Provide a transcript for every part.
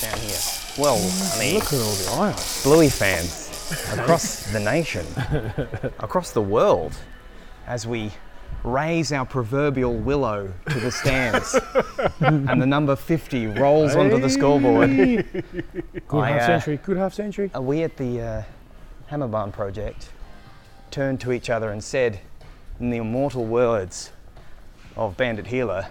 down here. Well, I mean, Look at all the ions. Bluey fans across the nation, across the world, as we raise our proverbial willow to the stands and the number 50 rolls onto the scoreboard. Good I, half uh, century. Good half century. Uh, We at the uh, Hammer Barn Project turned to each other and said, in the immortal words of Bandit Healer,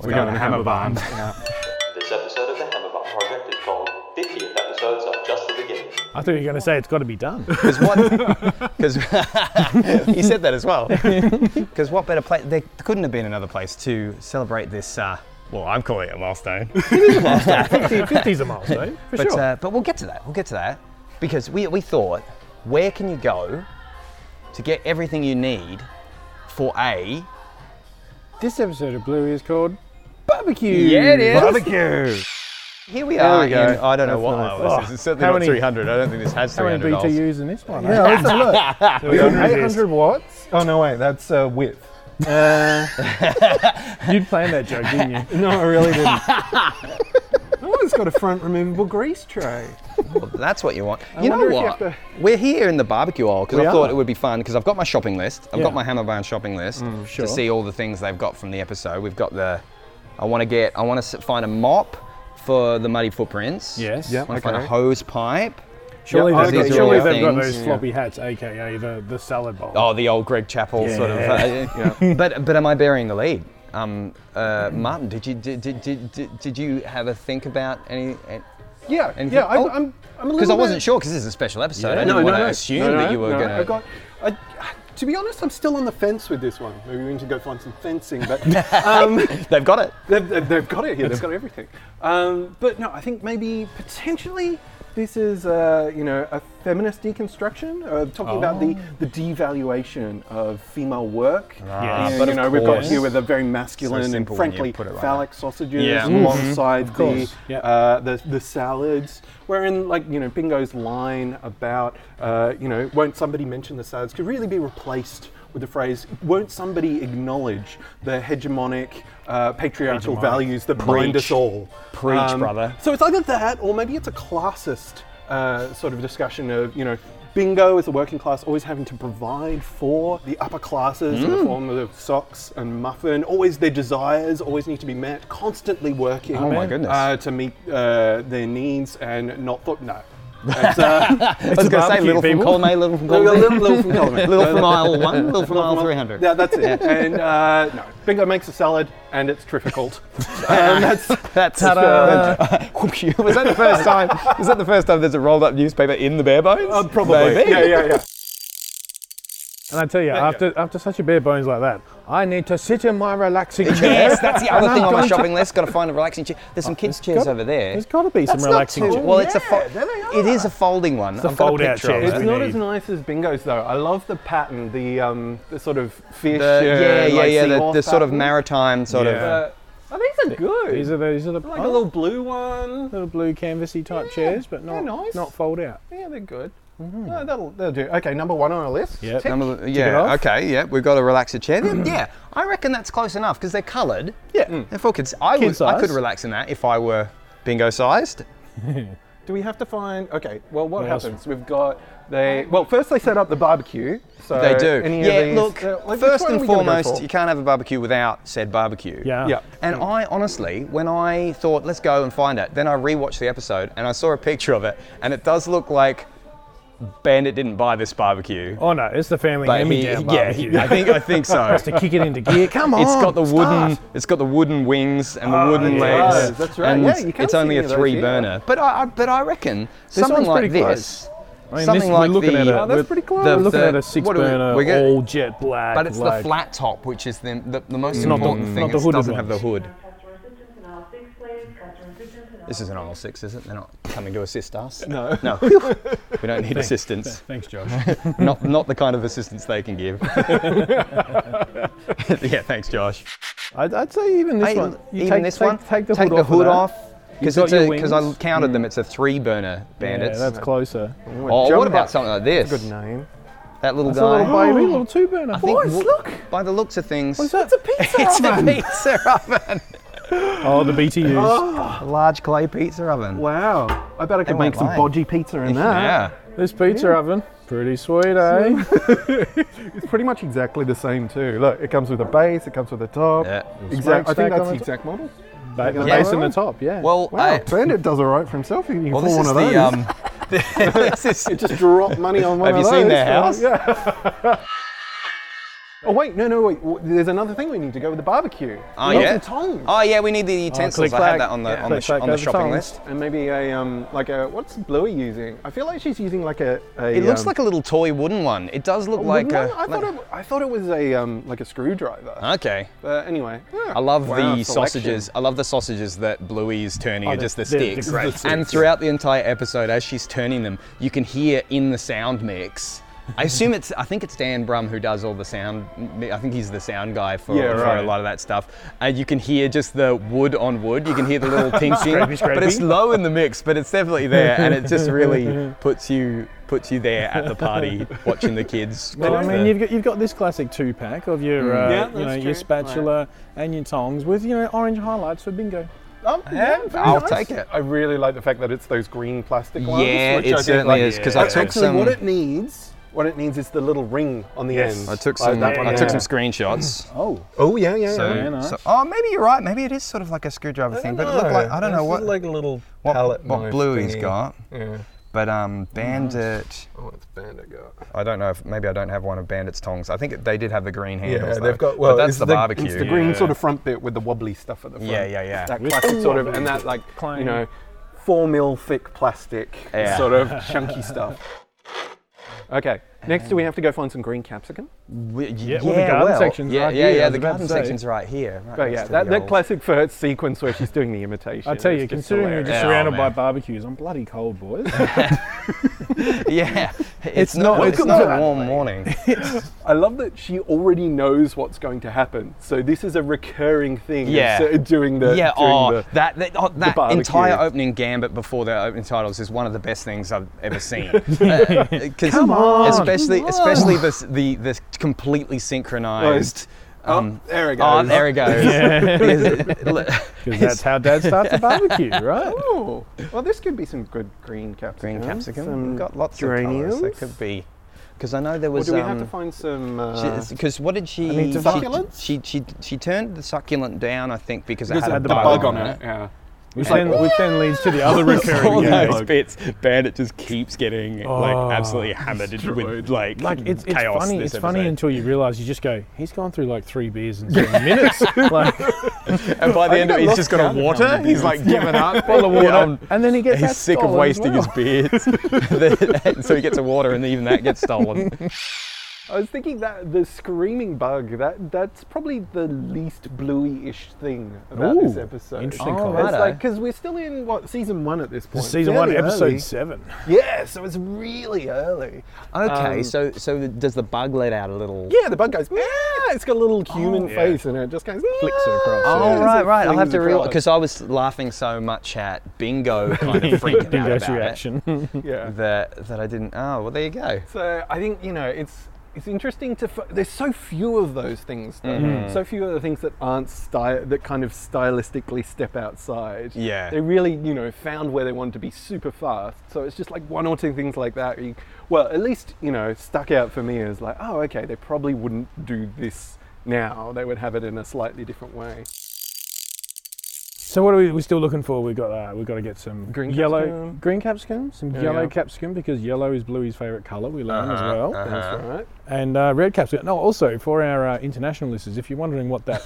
we're, going, to Hammer Barn. This episode of the Hammerbart Project is called 50th Episodes Are Just the Beginning. I thought you were going to say it's got to be done. Because what? Because he said that as well. Because what better place? There couldn't have been another place to celebrate this. Uh, well, I'm calling it a milestone. 50's a milestone, for but sure. uh, but we'll get to that. We'll get to that because we we thought, where can you go to get everything you need for a this episode of Bluey is called Barbecue. barbecue? Here we are. we go. in- I don't know That's what nice. hour this Oh, is. It's certainly how not many- 300. I don't think this has How many 300. hours. BTUs in this one? eh? Yeah, let's have a look. So we don't resist. 800 watts. Oh no, wait, that's uh, width. Uh, You'd planned that joke, didn't you? No, I really didn't. oh, it's got a front removable grease tray. That's what you want. you know wonder if you what? have to- We're here in the barbecue aisle because I are. thought it would be fun because I've got my shopping list. I've Yeah. Mm, got my Hammer Barn shopping list sure. to see all the things they've got from the episode. We've got the. I want to get. I want to find a mop for the muddy footprints. Yes. I Yep, want to find a okay. hose pipe. Surely, Yeah, they've, okay, got, these are all surely the they've got things. those floppy hats, aka the, the salad bowl. Oh, the old Greg Chappell sort of. Uh, But but am I bearing the lead? Um, uh, Martin, did you did, did, did, did- did you have a think about any? Yeah, Anything- yeah. I, oh, I'm, I'm a little. Because I bit- wasn't sure because this is a special episode. I Yeah. didn't No, want to assume No, that no, you were no, going I got, I, to be honest, I'm still on the fence with this one. Maybe we need to go find some fencing, but um, They've got it. They've, they've- they've got it here. They've got everything. Um, but no, I think maybe potentially this is uh, you know a feminist deconstruction, uh, talking about Oh. the, the devaluation of female work. Ah, You but you of know we've got course. here with a very masculine and simple when you frankly put it like phallic sausages Yeah. Mhm. alongside the, course. Yeah. uh, the the salads. Wherein like you know Bingo's line about uh, you know won't somebody mention the salads could really be replaced. With the phrase, won't somebody acknowledge the hegemonic uh, patriarchal values that bind us all? Um, Preach, brother. So it's either that, or maybe it's a classist uh, sort of discussion of, you know, bingo is the working class always having to provide for the upper classes in Mm. the form of socks and muffin. Always their desires always need to be met, constantly working. Oh, my goodness. Uh, to meet uh, their needs and not thought, no. It's, uh, I was going to say a barbecue, little from people. column A, little from column little, B, little, little from Parliament. little from aisle one, little from aisle 300. Yeah, that's it. And uh, no, bingo makes a salad, and it's difficult. um, that's uh, That's Ta-da. was that the first time? Was that the first time there's a rolled up newspaper in the bare bones? uh, probably. Maybe. Yeah, yeah, yeah. And I tell you, after after such a bare bones like that, I need to sit in my relaxing chair. Yes, that's the other And thing I'm on my going to- shopping list. Got to find a relaxing chair. There's Oh, some kids' chairs gotta- over there. There's got to be some That's not relaxing. too- chair. Well, it's a fo- Yeah, there they it are. is a folding one. a I've got a fold-out picture of chair. it. It's we not need. as nice as Bingo's though. I love the pattern, the um, the sort of fish. The, yeah, uh, yeah, like yeah. The, seahorse the sort of pattern. maritime sort Yeah. of. Uh, oh, these are good. These are the, these are the oh, like a little blue one. little blue canvassy type chairs, but they're not nice. not fold out. Yeah, they're good. No, that'll, that'll do. Okay, number one on our list. Yep. Tick. Mm-hmm. number- it yeah. off. Okay. Yeah. We've got a relaxer chair. Then, yeah. I reckon that's close enough because they're coloured. Mm. Yeah. If I could, I, Kid would, I could size. relax in that if I were bingo sized. Do we have to find? Okay. Well, what, What else? happens? We've got they. Well, first they set up the barbecue. So They do. Any yeah, of these, look, uh, like, which first one are and we gonna go foremost, for? you can't have a barbecue without said barbecue. Yeah. Yeah. And I honestly, when I thought, let's go and find it, then I rewatched the episode and I saw a picture of it, and it does look like Bandit didn't buy this barbecue. Oh no, it's the family hand me he- down yeah, barbecue. he- I think I think so. to kick it into gear. Come on. It's got the Oh, wooden, start. it's got the wooden wings and the Oh, wooden it legs. does, that's right. And Yeah, you can it's see only any a of those, three yeah. burner. But I, I- but I reckon something one's like pretty close. this, I mean, something this- we're like looking the, at it. Oh, that's we're- pretty close. We're The- looking at the- a six what do we- burner, we're gonna- all jet black. but it's like- the flat top, which is the the, the most not the- important not thing. the it hooded doesn't ones. have the hood. Customer assistance in aisle six, please. Customer assistance in aisle This is an aisle six, is it? They're not coming to assist us. No. No, we don't need assistance. Thanks, Josh. not not the kind of assistance they can give. yeah, thanks, Josh. I'd, I'd say even this Hey, one. You even take, this take, one, Take the hood off. of that. Because got your I wings. counted them, it's a three burner bandits. Yeah, that's closer. oh, Jump what about out. something like this? Good name. That little It's a guy. little baby, little two burner. I think Boys, w- look. By the looks of things, It's a pizza it's a pizza oven. Oh, the BTUs. A large clay pizza oven. Wow. I bet I could weren't make some lying. bodgy pizza in that. Yeah. This pizza oven, pretty sweet, eh? It's pretty much exactly the same too. Look, it comes with a base, it comes with a top. Yeah. Exact, I Smokestack think on that's the the top. exact model. Ba- the Yeah. base and the top, yeah. Well, Wow, I- Bandit does all right for himself. You can well, afford this one is of those. the um. this is, Just drop money on one Have of you seen those, their right? house? Yeah. oh wait, no, no, wait. W- There's another thing we need to go with the barbecue. oh We need yeah. some tongs. Oh yeah. We need the utensils. I clack. had that on the on Yeah. the, Click, sh- clack, on the over the shopping tongs. list. And maybe a um like a what's Bluey using? I feel like she's using like a. a It looks um, like a little toy wooden one. It does look like no, a. Oh, I thought it, I thought it was a um like a screwdriver. okay. But anyway, yeah. I love Wow, the selection. sausages. I love the sausages that Bluey is turning are the- just the they're- they're sticks. great. and throughout the entire episode, as she's turning them, you can hear in the sound mix. I assume it's. I think it's Dan Brum who does all the sound. I think he's the sound guy for, Yeah, for a right. lot of that stuff. And you can hear just the wood on wood. You can hear the little ting ting. But it's low in the mix. But it's definitely there, and it just really puts you puts you there at the party watching the kids. Well, I cook mean, the- you've got, you've got this classic two pack of your, uh, Yeah, you know, that's your true. spatula and your tongs with, you know, orange highlights for bingo. Um, yeah, very I'll nice. take it. I really like the fact that it's those green plastic ones. Yeah, which it I think, certainly like, is, 'cause I that's took actually some- What it needs, what it needs is the little ring on the end. I took Like some. that one I there. took some screenshots. Oh, Oh yeah, yeah. So, yeah. Very nice. so- oh, maybe you're right. Maybe it is sort of like a screwdriver thing, but it looked like I don't know what a little what, what Bluey's thingy. got. Yeah. But um, Bandit, Oh, it's bandit got. I don't know if maybe I don't have one of Bandit's tongs. I think it, they did have the green handles. Yeah, though. they've got. But Well, that's it's the, barbecue. It's the green Yeah. sort of front bit with the wobbly stuff at the front. Yeah, yeah, yeah. That With classic the sort of, wobbly and that like clang. you know, four mil thick plastic Yeah. sort of chunky stuff. Okay. Next, do we have to go find some green capsicum? We- Yeah, well, the garden section's yeah, right yeah, here, I yeah. was The about to garden say. section's right here. Right But next yeah, to that, the that old- classic first sequence where she's doing the imitation. I tell is you, just considering you're hilarious. just surrounded Oh, by man. barbecues, I'm bloody cold, boys. Yeah, it's, not- not. It's welcome not to a that warm morning. I love that she already knows what's going to happen. So this is a recurring thing. of Yeah. so- doing the yeah, doing oh, the- that that, oh, that barbecue. entire opening gambit before the opening titles is one of the best things I've ever seen. Uh, 'cause especially especially this the this completely synchronized. Oh, Um, there it goes. oh, there it goes. Because it- li- Because that's how dad starts a barbecue, right? Oh, well, this could be some good green capsicum. Green capsicum. Some We've got lots of geraniums. colours. That could be. Because I know there Or was. do we have to um, find some? Uh, because what did she? need to she- succulents? She, she she turned the succulent down, I think, because it had, had a the bug on it. Yeah. Which then, which then leads to the other recurring all gag. those bits, Bandit just keeps getting Oh, like absolutely hammered with like, Like it's, it's chaos. funny. this It's funny episode. until you realise you just go. He's gone through like three beers in seven minutes. Like, and, by the end of it, he's just got a water. He's like giving up. Full of water. and then he gets that he's sick of stolen as wasting well. his beers, so he gets a water, and even that gets stolen. I was thinking that the screaming bug. That that's probably the least bluey-ish thing about this Ooh, episode. interesting Oh, call. right. It's like because we're still in what season one at this point. Season one, Fairly episode early. seven. Yeah, so it's really early. Okay, Um, so so does the bug let out a little? Yeah, the bug goes. Yeah, it's got a little human Oh, yeah. face in it. Just goes. Flicks it across, "Meow." yeah. Oh As it right, right. I'll have flings to realize across. because I was laughing so much at Bingo kind of freaking out Bingo's about reaction. Yeah. it that that I didn't. Oh well, there you go. So I think you know it's it's interesting to. F- there's so few of those things, though. Mm-hmm. So few of the things that aren't sty- that kind of stylistically step outside. Yeah. they really you know found where they wanted to be super fast. So it's just like one or two things like that. You, well, at least you know stuck out for me as like, oh, okay, they probably wouldn't do this now. They would have it in a slightly different way. So what are we? We're still looking for. We've got uh, we've got to get some Green yellow capsicum. green capsicum, some Yeah, yellow yeah. capsicum because yellow is Bluey's favourite colour. We learn as Uh-huh, well, uh-huh. That's right. and uh, red capsicum. No, also for our uh, international listeners, if you're wondering what that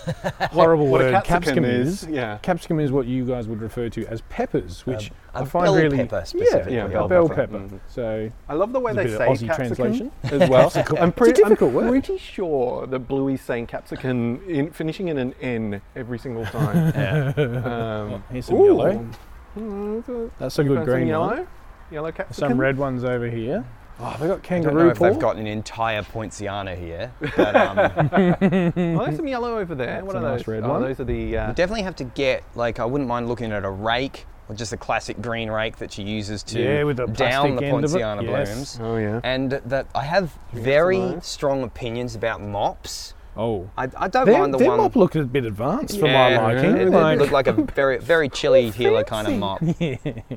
horrible what a word capsicum capsicum is, is, yeah. capsicum is what you guys would refer to as peppers, which a I find bell really pepper yeah, specifically, yeah, bell a bell pepper. pepper. So I love the way There's they a say bit of Aussie capsicum translation. as well. I'm pretty, I'm difficult word. pretty sure that Bluey's saying capsicum in, finishing in an N every single time. Um, here's some ooh. yellow. Mm, it's a- That's a good some green one. yellow. Yellow capsicum. Some red ones over here. Oh, I they got don't know kangaroo if they've paw. got an entire Poinciana here, but um, Oh, there's some yellow over there. What That's a are nice those? red oh, one. those are the. Uh, we definitely have to get like I wouldn't mind looking at a rake or just a classic green rake that she uses to Yeah, with the down the plastic end Poinciana of it. Yes. blooms. oh yeah. And that I have very nice. strong opinions about mops. Oh. I, I don't Their, mind the their one. mop looked a bit advanced for Yeah, my liking. It, it Like, looked like a very, very chilly healer kind of Fancy. mop.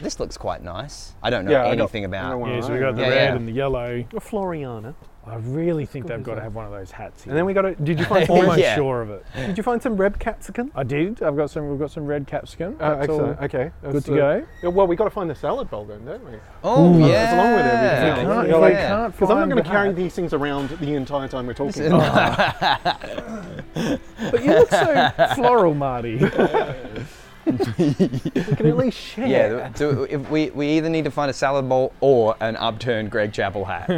This looks quite nice. I don't know Yeah, I don't- anything I about. don't wanna- yeah, so we got the Yeah, red yeah. and the yellow. A Floriana. I really think they've got to design. have one of those hats. Here. And then we got a. Did you find some almost red, Yeah. sure of it. Did you find some red capsicum? I did. I've got some. We've got some red capsicum. Oh, That's all. excellent. Okay. Uh, Good to go. go. Well, we got to find the salad bowl then, don't we? Oh yeah, That's along with everything. We Yeah. can't, Yeah. we Yeah. can't Because I'm not find going the to carry hat. these things around the entire time we're talking. is- about it. But you look so floral, Marty. we can at least share. Yeah, do, if we, we either need to find a salad bowl or an upturned Greg Chappell hat.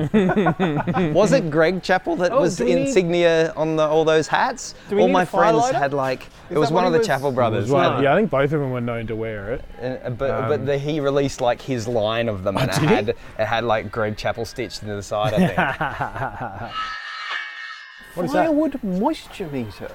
was it Greg Chappell that was Oh, do the we need- insignia on the, all those hats? Do we all need my a friends firelighter? had like it that was what one of he the was- Chappell brothers. Well, had- yeah, I think both of them were known to wear it. uh, but, but the, he released like his line of Oh, them, and it did he? had it had like Greg Chappell stitched into the side. I think. What is that? Firewood moisture meter.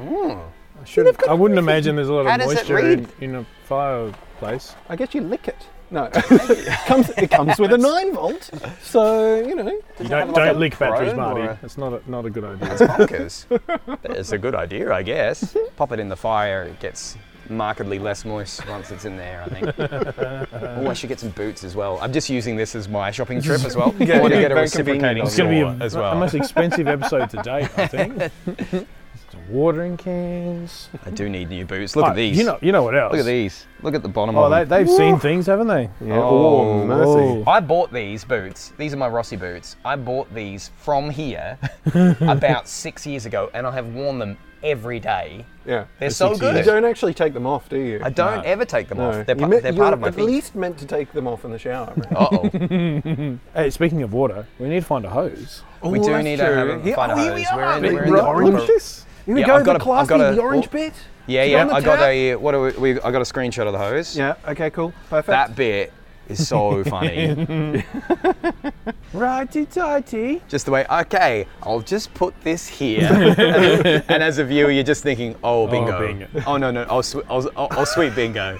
I, shouldn't- I wouldn't imagine there's a lot How of does it moisture in, read? in a fireplace. I guess you lick it. No, it comes it comes with a nine volt. So you know. You don't, like, don't a leak batteries, throne Marty. or a- It's not a, not a good idea. It's bonkers. That's a good idea, I guess. Pop it in the fire, it gets markedly less moist once it's in there, I think. oh, I should get some boots as well. I'm just using this as my shopping trip as well. I want to yeah, get a very reciprocating convenient of It's going to saw be a, as the well. most expensive episode to date, I think. The watering cans. I do need new boots. Look Oh, at these. You know, you know what else? Look at these. Look at the bottom Oh, of they, them. they've seen things, haven't they? Yeah. Oh, whoa. I bought these boots. These are my Rossi boots. I bought these from here about six years ago, and I have worn them every day. Yeah. They're so You good. don't actually take them off, do you? I don't ever take them off. They're, You pa- me- they're you're part of my at feet. least meant to take them off in the shower. right? Uh oh. Hey, speaking of water, we need to find a hose. we do that's need to have a true. Yeah, find a oh, here hose. we We're are. in, we're in Big the rock. orange. Look at this. Here we Yeah, go. I've got the a- I've classy, got a- the orange oh. bit. Yeah, Is it yeah. on the I got tap? a what are we, we? I got a screenshot of the hose. Yeah. Okay. Cool. Perfect. That bit is so funny. Righty tighty. just the way. Okay, I'll just put this here. and as a viewer, you're just thinking, oh bingo. bingo. Oh, no no. I'll, sw- I'll, I'll, I'll sweet bingo.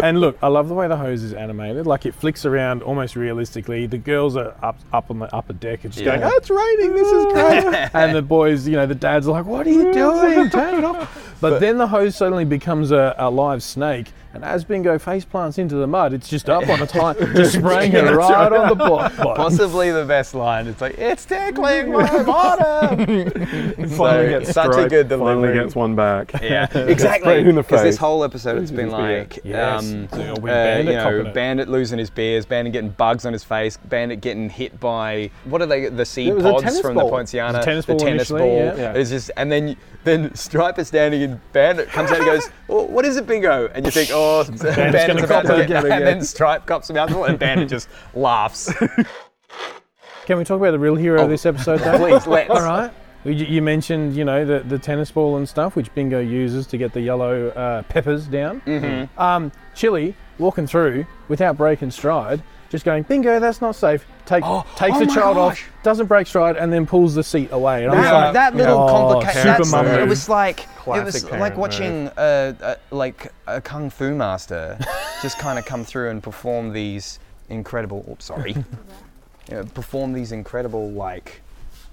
and look, I love the way the hose is animated. Like it flicks around almost realistically. The girls are up up on the upper deck and just Yeah. going, "Oh, it's raining. This is great." and the boys, you know, the dads are like, "What are you doing? Turn it off." But, then the hose suddenly becomes a, a live snake, and as Bingo face plants into the mud, it's just up on its high, just spraying it Yeah, right, that's right. on the bot. bot. Possibly the best line. It's like it's tickling my bottom. Finally So, gets such a striped, good Finally delivery. gets one back. Yeah, Straight exactly. in the Because this face. whole episode has been Yeah. like, Yes. um, So, you know, uh, with Bandit you know, copping it. Bandit losing his beers, Bandit getting bugs on his face, Bandit getting hit by what are they? The It seed was a pods tennis from ball. the Poinciana, It was a tennis the ball tennis initially, ball. yeah. Yeah. It's just, and then then Striper standing and Bandit comes out and goes, well, "What is it, Bingo?" And you think, "Oh, Bandit's, gonna about cop to it get," and then Stripe cops him out, and Bandit just laughs. Can we talk about the real hero of this episode, though? Please, let's. All right. You, you mentioned, you know, the, the tennis ball and stuff, which Bingo uses to get the yellow uh, peppers down. Mm-hmm. Um, Chili walking through without breaking stride, just going, Bingo, that's not safe. Take, takes oh the my child gosh. off, doesn't break stride, and then pulls the seat away. And I'm That, like, that little oh, complication. Super that's- mum It move. was like it Classic was like parent watching uh, uh, like a kung fu master just kind of come through and perform these incredible. Oops, sorry. Yeah, perform these incredible like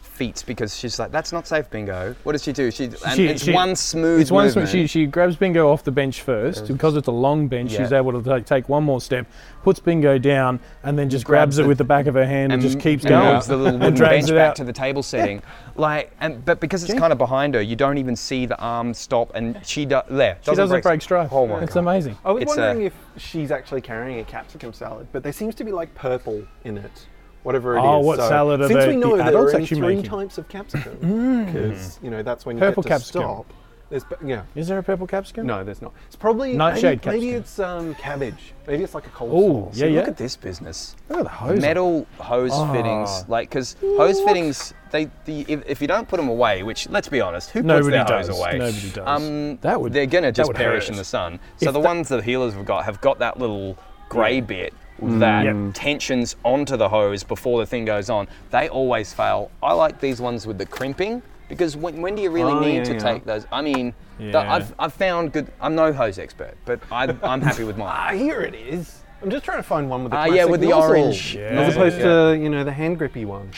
feats because she's like, "That's not safe, Bingo." What does she do? She, and She- it's she- one smooth. It's one swing. movement. She, she grabs Bingo off the bench first because it's a long bench. She's Yeah. able to take, take one more step, puts Bingo down, and then just grabs, grabs it it with the back of her hand and, just keeps going. moves the little and wooden drags bench it back out. to the table setting. Like, and but because it's kind of behind her, you don't even see the arm stop, and she do, there She doesn't break, stride. Oh my it's God. amazing. I was It's wondering a- if she's actually carrying a capsicum salad, but there seems to be like purple in it, whatever it is. Oh, what salad are Since we they- know the there adults are only actually three making? types Mm. of capsicum, because you know that's when you Purple get to capsicum. stop. There's, pu- yeah, Is there a purple capsicum? no, there's not. It's probably Nightshade maybe, maybe capsicum. it's um, cabbage. Maybe it's like a Oh, coleslaw. yeah, yeah. Look at this business. Look at the hose. metal hose Ah. fittings, like because hose fittings, they the, if, if you don't put them away, which let's be honest, who Nobody puts their does. hose away? Nobody does. Um, That would- they're gonna that just would perish hurt. in the sun. So If the tha- ones the healers have got have got that little grey bit that Yep. tensions onto the hose before the thing goes on. They always fail. I like these ones with the crimping because when, when do you really Oh, need yeah, to yeah. take those? I mean. th- Yeah. I've, I've found good. I'm no hose expert, but I, I'm happy with Ah, mine. here it is. I'm just trying to find one with the Ah, yeah, classic with the nozzle, orange Yeah. as nozzle, opposed yeah. to you know the hand grippy one.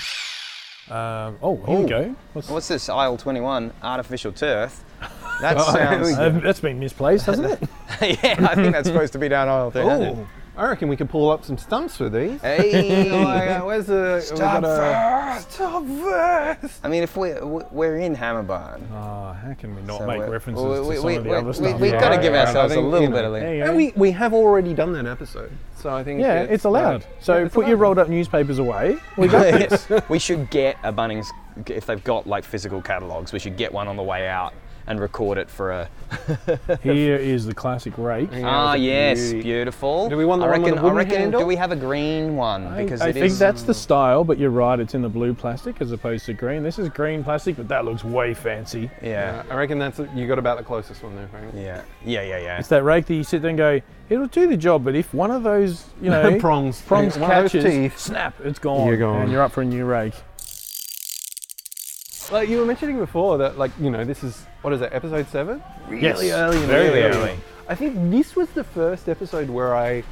Um, oh, here Ooh. we go. What's, What's this? Aisle 21, artificial turf. That Oh, sounds. uh, that's been misplaced, hasn't it? yeah, I think that's supposed to be down aisle 300. Ooh, I reckon we could pull up some stumps for these. Hey! Uh, where's the we Stop got a- Stop first. I mean, if we're we're in Hammer Barn, Oh, how can we not so make we're- references we, we, to some we, of the we, other we, stuff? We've yeah. got to give Yeah, ourselves I a think, little you know, bit of There leeway. you go. And we, we have already done that episode, so I think yeah, it's allowed. So put your rolled up newspapers away. We got this. we should get a Bunnings if they've got like physical catalogs. We should get one on the way out and record it for a. Here is the classic rake. Ah, it's a yes, beauty. beautiful. Do we want the I one reckon, with the wooden I reckon, handle? Do we have a green one? Because I it think is- Mm. that's the style, but you're right. It's in the blue plastic as opposed to green. This is green plastic, but that looks way fancy. Yeah. I reckon that's you got about the closest one there. Frank. Yeah. Yeah. Yeah. Yeah. It's that rake that you sit there and go, it'll do the job, but if one of those, you know, Prongs. prongs One of those catches, teeth. snap, it's gone, You're gone. and you're up for a new rake. Like you were mentioning before that, like you know, this is what is it, episode seven? Really early in the Very video. early. I think this was the first episode where I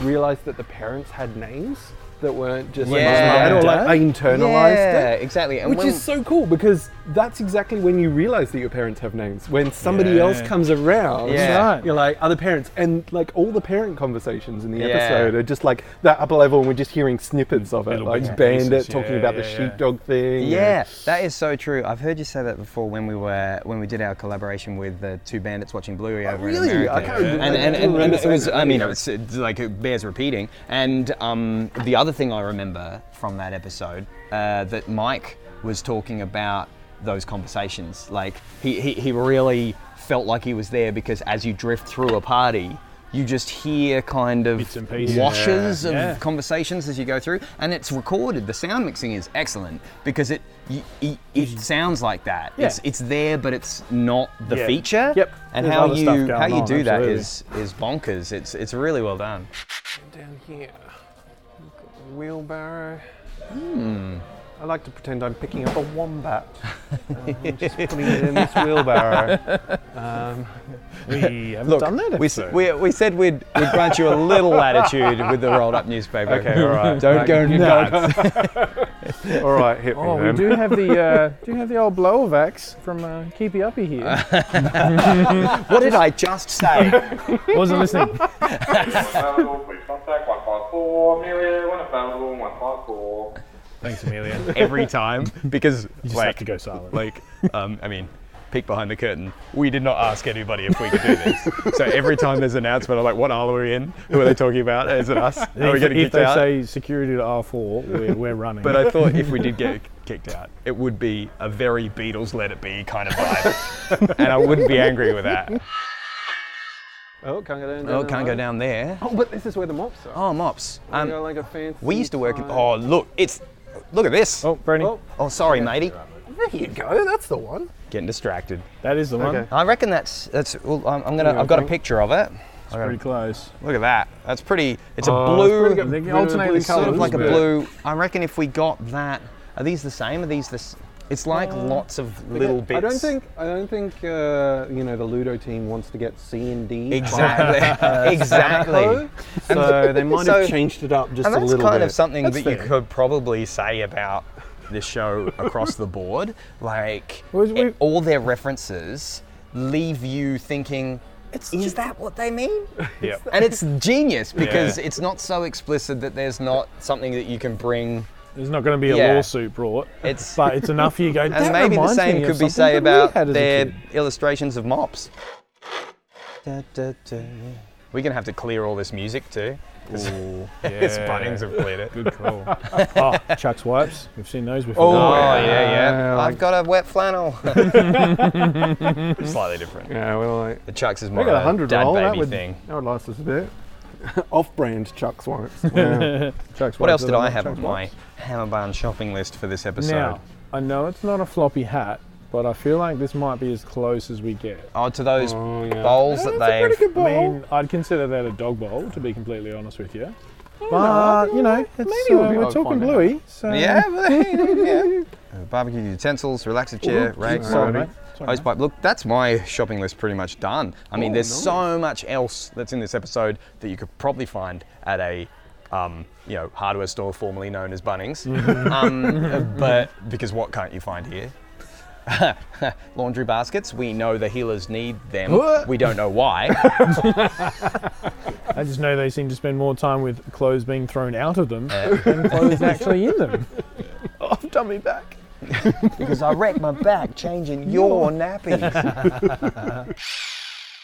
realized that the parents had names that weren't just like Yeah. mine, or like Dad? I internalized Yeah. it. Exactly. And Which when, is so cool because that's exactly when you realize that your parents have names. When somebody Yeah. else comes around, Yeah. Right. you're like other parents, and like all the parent conversations in the Yeah. episode are just like that upper level, and we're just hearing snippets of it, Little like bits and Bandit pieces, talking yeah, about the yeah, yeah. sheepdog thing. Yeah, that is so true. I've heard you say that before when we were when we did our collaboration with the two bandits watching Bluey over Oh, really? in America. I can't And, remember- I and, don't and, and remember it was saying I that. mean it's, it's like it bears repeating. And um, the other thing I remember from that episode uh, that Mike was talking about those conversations. Like he, he he really felt like he was there because as you drift through a party. You just hear kind of Bits and pieces. washes of Yeah. conversations as you go through, and it's recorded. The sound mixing is excellent because it y it, it sounds like that. Yeah. It's it's there, but it's not the Yeah. feature. Yep. And There's how other stuff you how going you on, do that absolutely. is is bonkers. It's it's really well done. down here. We've got the wheelbarrow. Hmm. I like to pretend I'm picking up a wombat. Um, I'm just putting it in this wheelbarrow. Um, We haven't done that we, episode. we, we said we'd, we'd grant you a little latitude with the rolled up newspaper. okay, all right. Don't go nuts. all right, hit me. Oh, we do have the uh, do you have the old blower vax from uh, Keepy Uppy here. what did I just say? Wasn't listening. available, please contact 154 Amelia. When available, 154. Thanks, Amelia. You Every time because just like have to go silent. like um, I mean, peek behind the curtain. We did not ask anybody if we could do this. so every time there's an announcement, I'm like, what aisle are we in? Who are they talking about? Is it us? Are we if, getting if kicked they out? say security to R4, we're, we're running. but I thought if we did get kicked out, it would be a very Beatles Let It Be kind of vibe, and I wouldn't be angry with that. Oh, can't go down. Oh, down, can't go down there. Oh, but this is where the mops are. Oh, mops. We got Um, like a fancy we used to work. In, sign. oh, look, it's look at this. oh, Brony, Oh, Oh, sorry, matey. there you go. That's the one. Getting distracted. that is the one. Okay. I reckon that's that's. Well, I'm, I'm gonna. Yeah, I've got a thank- picture of it. I got a Pretty close. Look at that. That's pretty. It's a Oh, blue, it's pretty good. They Blue- alternate blue the sort of colours, like a but- blue. I reckon if we got that, are these the same? Are these this? It's like lots of little bits. Uh, I don't think. I don't think. Uh, you know, the Ludo team wants to get C and D. by exactly, exactly. Taco, So they might So- have changed it up just And a that's little bit. kind of something That's that you fair. could probably say about this show across the board. Like Well, we- it- all their references leave you thinking. is that what they mean? Yeah. And it's genius because it's not so explicit that there's not something that you can bring There's not going to be a Yeah. lawsuit brought. It's- but it's enough. You go. And And maybe the same could be say about their illustrations of mops. We're gonna have to clear all this music too. It's Bunnings have cleared it. Good call. oh, Chuck's wipes. We've seen those before. Oh yeah. yeah, yeah. Yeah, like- I've got a wet flannel. Slightly different. Yeah, well, like, uh, The Chucks is I more got a of a hundred dad roll. That baby would, thing. that would last us a bit. Off-brand Chuck's wipes. Yeah. Chuck's What else wipes are did the I one- have on Chuck's my wipes. Hammer Barn shopping list for this episode? Now, I know it's not a floppy hat, but I feel like this might be as close as we get. Oh, to those Oh, yeah. bowls that they've. good I mean, I'd consider that a dog bowl, to be completely honest with you. But you know, it's, we'll uh, be able we're to talking find out. bluey, so Yeah, but, yeah. Uh, Barbecue utensils, relaxer chair, rake, Sorry, salt, mate. Sorry, Hose mate. pipe. Look, that's my shopping list pretty much done. I mean, Oh, there's nice. so much else that's in this episode that you could probably find at a um, you know, hardware store formerly known as Bunnings. um, but because what can't you find here? Laundry baskets. We know the healers need them. What? We don't know why. I just know they seem to spend more time with clothes being thrown out of them than clothes actually in them. I've done me back. because I wrecked my back changing your nappies.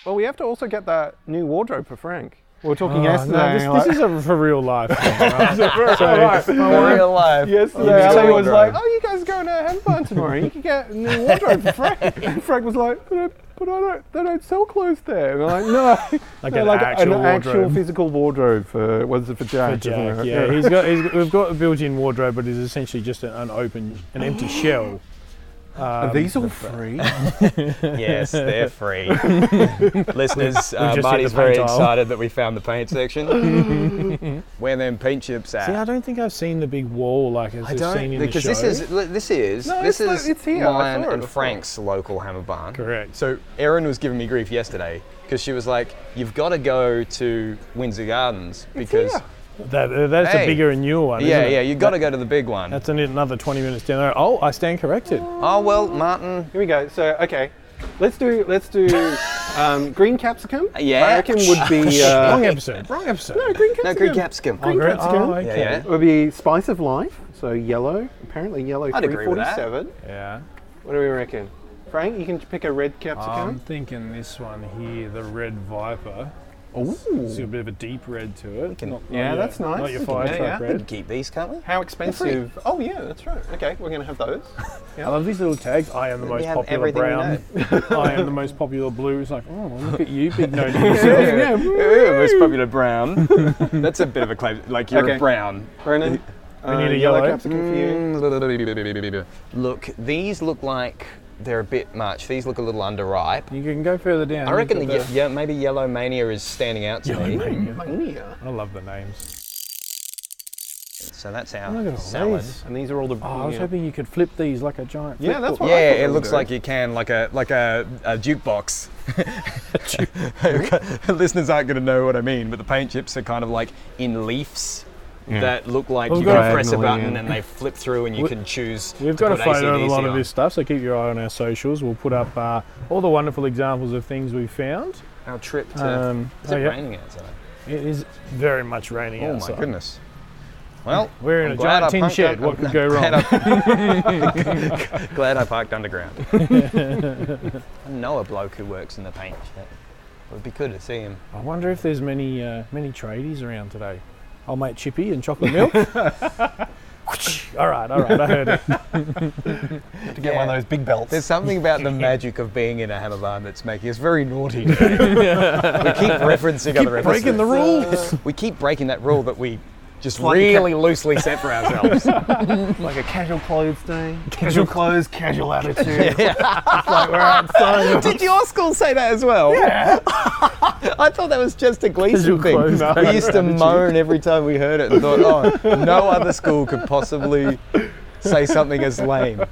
Well, we have to also get that new wardrobe for Frank. We were talking Oh, yesterday. no, this, and you're this is a for real life. thing, right? like, So- My real life. Yesterday, It's Ali was wardrobe. like, "Oh, you guys are going to Handbarn tomorrow? You can get a new wardrobe for Frank." And Frank was like, "But, I, but I don't, they don't sell clothes there." And I'm like, "No, Like They're an like actual an actual wardrobe. physical wardrobe for was it for Jack? For isn't Jack, it? yeah, he's got, he's, we've got a built-in wardrobe, but it's essentially just an, an open, an empty shell. Are these all free? Yes, they're free. Listeners, just uh, Marty's hit the paint very aisle. excited that we found the paint section. Where them paint chips at? See, I don't think I've seen the big wall like as Ah. I I've seen in the show. because this is li- this is No, this it's- is it's here. I mine saw it and before. Frank's local hammer barn. Correct. So Erin was giving me grief yesterday because she was like, "You've got to go to Windsor Gardens because here. that, uh, that's Hey. a bigger and newer one. yeah, isn't it? yeah, you got to go to the big one." That's an, another 20 minutes down there. Oh, I stand corrected. oh well, Martin. Here we go. So okay, let's do let's do um, green capsicum. Yeah. Oh, I reckon would be Wrong uh, episode. Wrong episode. no green capsicum. No, green capsicum. Oh, great. capsicum. Oh, yeah, okay. yeah. Would be spice of life. So yellow, apparently yellow. I'd agree with that. 347. Yeah. What do we reckon? Frank, you can pick a red I'm capsicum. thinking this one here, the Red Viper. It's Ooh. got a bit of a deep red to it. Not- not Yeah, your- that's nice. Not your We can fire do truck that. We can red. keep these, can't we? How expensive? Oh yeah, that's right. Okay, we're gonna have those. I love these little tags. I am the We most have popular everything we brown. I am the most popular blue. It's like, oh, well, look at you, big nose. Yeah, most popular brown. That's a bit of a claim. Like you're Okay. a brown. Brennan, uh, need a yellow. capsicum for you. Mm. Look, these look like they're a bit much. These look a little underripe. You can go further down. I reckon the, You've got ye- yeah, maybe Yellow Mania is standing out to me. Mania. I love the names. So that's Look at our all salad. these. And these are all the. Oh, I was yeah. hoping you could flip these like a giant. Yeah, flip that's book. what I Yeah, thought we it were looks doing. like you can like a like a, a jukebox. Listeners aren't going to know what I mean, but the paint chips are kind of like in leafs that look like We've you got can a- press a Diagonally, button yeah. and they flip through and you We- can choose. We've to got a put photo of a AC/DC lot of on. this stuff, so keep your eye on our socials. We'll put up uh, all the wonderful examples of things we found. Our trip to. Um, is oh, it yeah. raining outside? It is very much raining Oh outside. my goodness. Well, We're in I'm a glad I giant tin parked shed. un- What could go glad wrong? I- glad I parked underground. I know a bloke who works in the paint shed. It would be good to see him. I wonder if there's many uh, many tradies around today. Old mate Chippy and chocolate milk. all right, all right, I heard it. to get one of those big belts. There's something about the magic of being in a hammer barn that's making us very naughty today. we keep referencing other episodes. Breaking the rules. We keep breaking that rule that we just like a really loosely set for ourselves. like a casual clothes day. Casual clothes, casual attitude. Did your school say that as well? Yeah. I thought that was just a Casual Gleason thing. clothes, we used to moan every time we heard it and thought, oh, no other school could possibly say something as lame.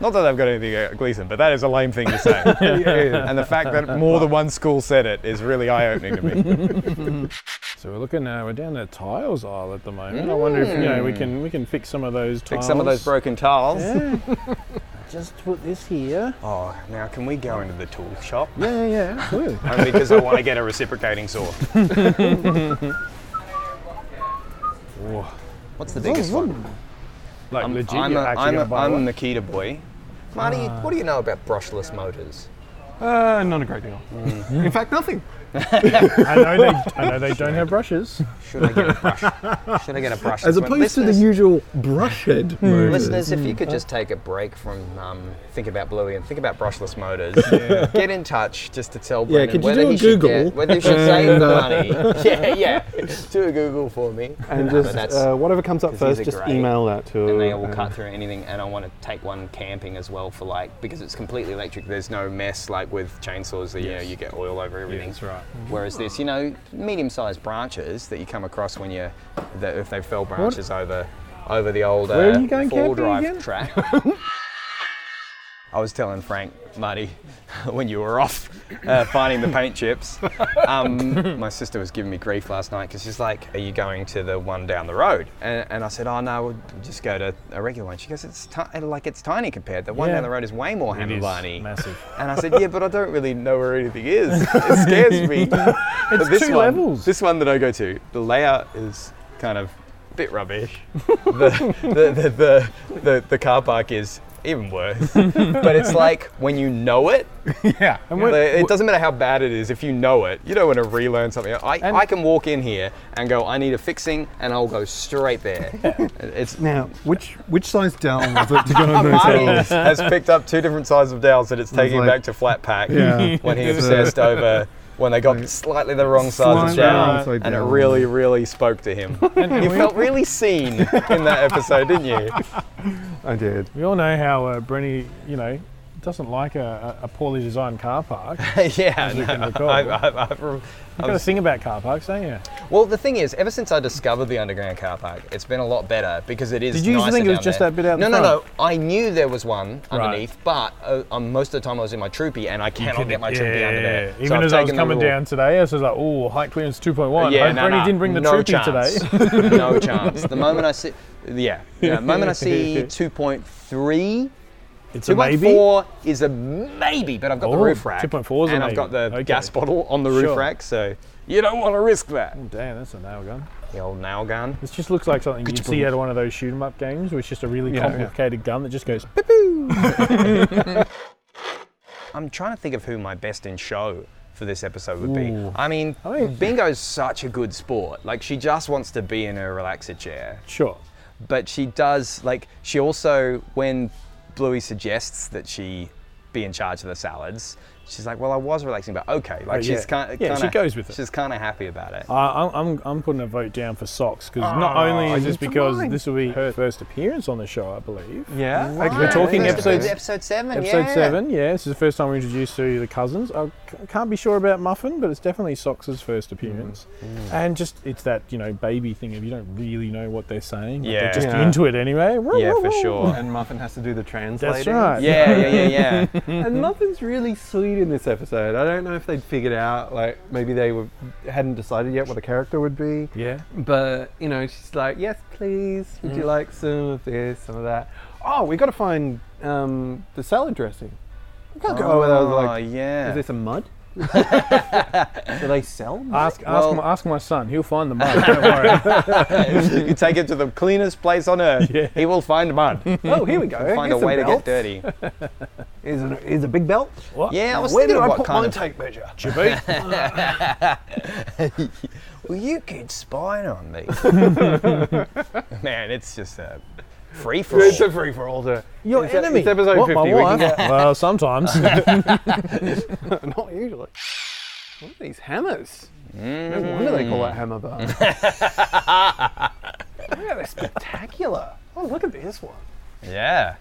Not that I've got anything against Gleason, but that is a lame thing to say. And the fact that more than one school said it is really eye-opening to me. So we're looking now. We're down the tiles aisle at the moment. I wonder if you know we can we can fix some of those tiles. Fix some of those broken tiles. Just put this here. Oh, now can we go into the tool shop? Yeah, yeah, yeah, absolutely. Only because I want to get a reciprocating saw. What's the biggest one? Like I'm, legit, I'm, a, you're actually I'm, gonna a, buy I'm a one. Nikita boy. Marty, Ah. what do you know about brushless motors? uh, not a great deal. In fact, nothing. I know they, I know they don't have brushes. Should I get a brush? Should I get a brush? As opposed to the usual brush head. Listeners, if you could just take a break from um, Think About Bluey and Think About Brushless Motors, get in touch just to tell Brendan could you whether do a he should Google? uh, get- whether you should save the money. Yeah, yeah. Do a Google for me. And No, but just that's- uh, whatever comes up 'cause these first, are just great. email that to. and they will uh, cut through anything. And I want to take one camping as well for like because it's completely electric. There's no mess like with chainsaws that you know you get oil over everything. that's right. Whereas this, you know, medium-sized branches that you come across when you that if they fell branches over over the old Where are uh, you going four-wheel camping drive again? track. I was telling Frank, Marty, when you were off uh, finding the paint chips, um, my sister was giving me grief last night because she's like, Are you going to the one down the road? And, and I said, Oh, no, we'll just go to a regular one. She goes, It's ti- like it's tiny compared. The one Yeah. down the road is way more It is handlebarny. massive. And I said, Yeah, but I don't really know where anything is. It scares me. it's this two one, levels. This one that I go to, the layout is kind of a bit rubbish. the, the, the, the, the, the car park is even worse. but it's like when you know it, Yeah. And when- the- it doesn't matter how bad it is, if you know it, you don't want to relearn something. I, And- I can walk in here and go, I need a fixing, and I'll go straight there. it's Now, which which size down was it to go to Marty move? has picked up two different sizes of dowels that it's taking like- back to flat pack Yeah. when he It's, uh, obsessed over when they got slightly the wrong size of Slightly dowel, wrong side and it dowel. really, really spoke to him. you felt really seen in that episode, didn't you? I did. We all know how uh, Brenny, you know, doesn't like a, a a poorly designed car park. You've yeah. you can No, recall. I, I, I, rem- I got to was- think about car parks, don't you? well, the thing is, ever since I discovered the underground car park, it's been a lot better because it is. Did you used to nicer think it was down just there. that bit out No, the no, front? no. I knew there was one Right. underneath, but uh, um, most of the time I was in my troopy and I cannot get my yeah, troopy under there. So Even I've as I was taken the coming little- down today, I was like, oh, height clearance 2.1. Yeah, Hope no, Brenny no, didn't bring the no troopy chance. today. no chance. The moment I see, yeah, yeah, the moment I see 2.3, It's a maybe. 2.4 is a maybe, but I've got the Oh, roof rack, 2.4 is a and I've maybe. got the Okay. gas bottle on the roof Sure. Mm. rack, so you don't want to risk that. Damn, that's a nail gun. The old nail gun. This just looks like something you'd see out of one of those shoot 'em up games, where it's just a really yeah. complicated gun that just goes. I'm trying to think of who my best in show for this episode would be. Ooh. I mean, I mean- Bingo's such a good sport. Like she just wants to be in her relaxer chair. Sure. but she does like she also when Bluey suggests that she be in charge of the salads, she's like, "Well, I was relaxing, but okay." Like Oh, she's yeah. kind of Yeah, she goes with it. She's kind of happy about it. Uh, I'm, I'm, I'm putting a vote down for socks because not Ah, only is this because this will be her first appearance on the show, I believe. Yeah. We're talking episodes. episode seven. Episode yeah. seven, yeah. This is the first time we're introduced to the cousins. I c- can't be sure about Muffin, but it's definitely Sox's Mm. first appearance. And just it's that you know baby thing of you don't really know what they're saying. but Yeah. they're just Yeah. into it anyway. Woo, Yeah, woo, for woo. sure. And Muffin has to do the translating. That's right. Yeah, yeah, yeah, yeah. And Muffin's really sweet in this episode. I don't know if they'd figured out, like, maybe they were, hadn't decided yet what a character would be. Yeah. But, you know, she's like, yes, please, would Mm. you like some of this, some of that? Oh, we got to find um, the salad dressing. We can't go with those, Oh, like, yeah. is this a mud? Do they sell mud? Ask Well- ask, my, ask my son. He'll find the mug. Don't worry. you take it to the cleanest place on earth. Yeah. He will find mud. oh, here we go. Find a Here's some way to get belts. dirty. Here's a, here's a big belt. What? Yeah, I was Where did thinking I what put kind my of- tape measure? Well, you could spy on me. Man, it's just a free for It's all. a free for all to. Your It's- enemy. it's episode What, 50, My we can wife? well, sometimes. Not usually. What are these hammers? No wonder they call it hammer bar. Look at this spectacular. Oh, look at this one. Yeah.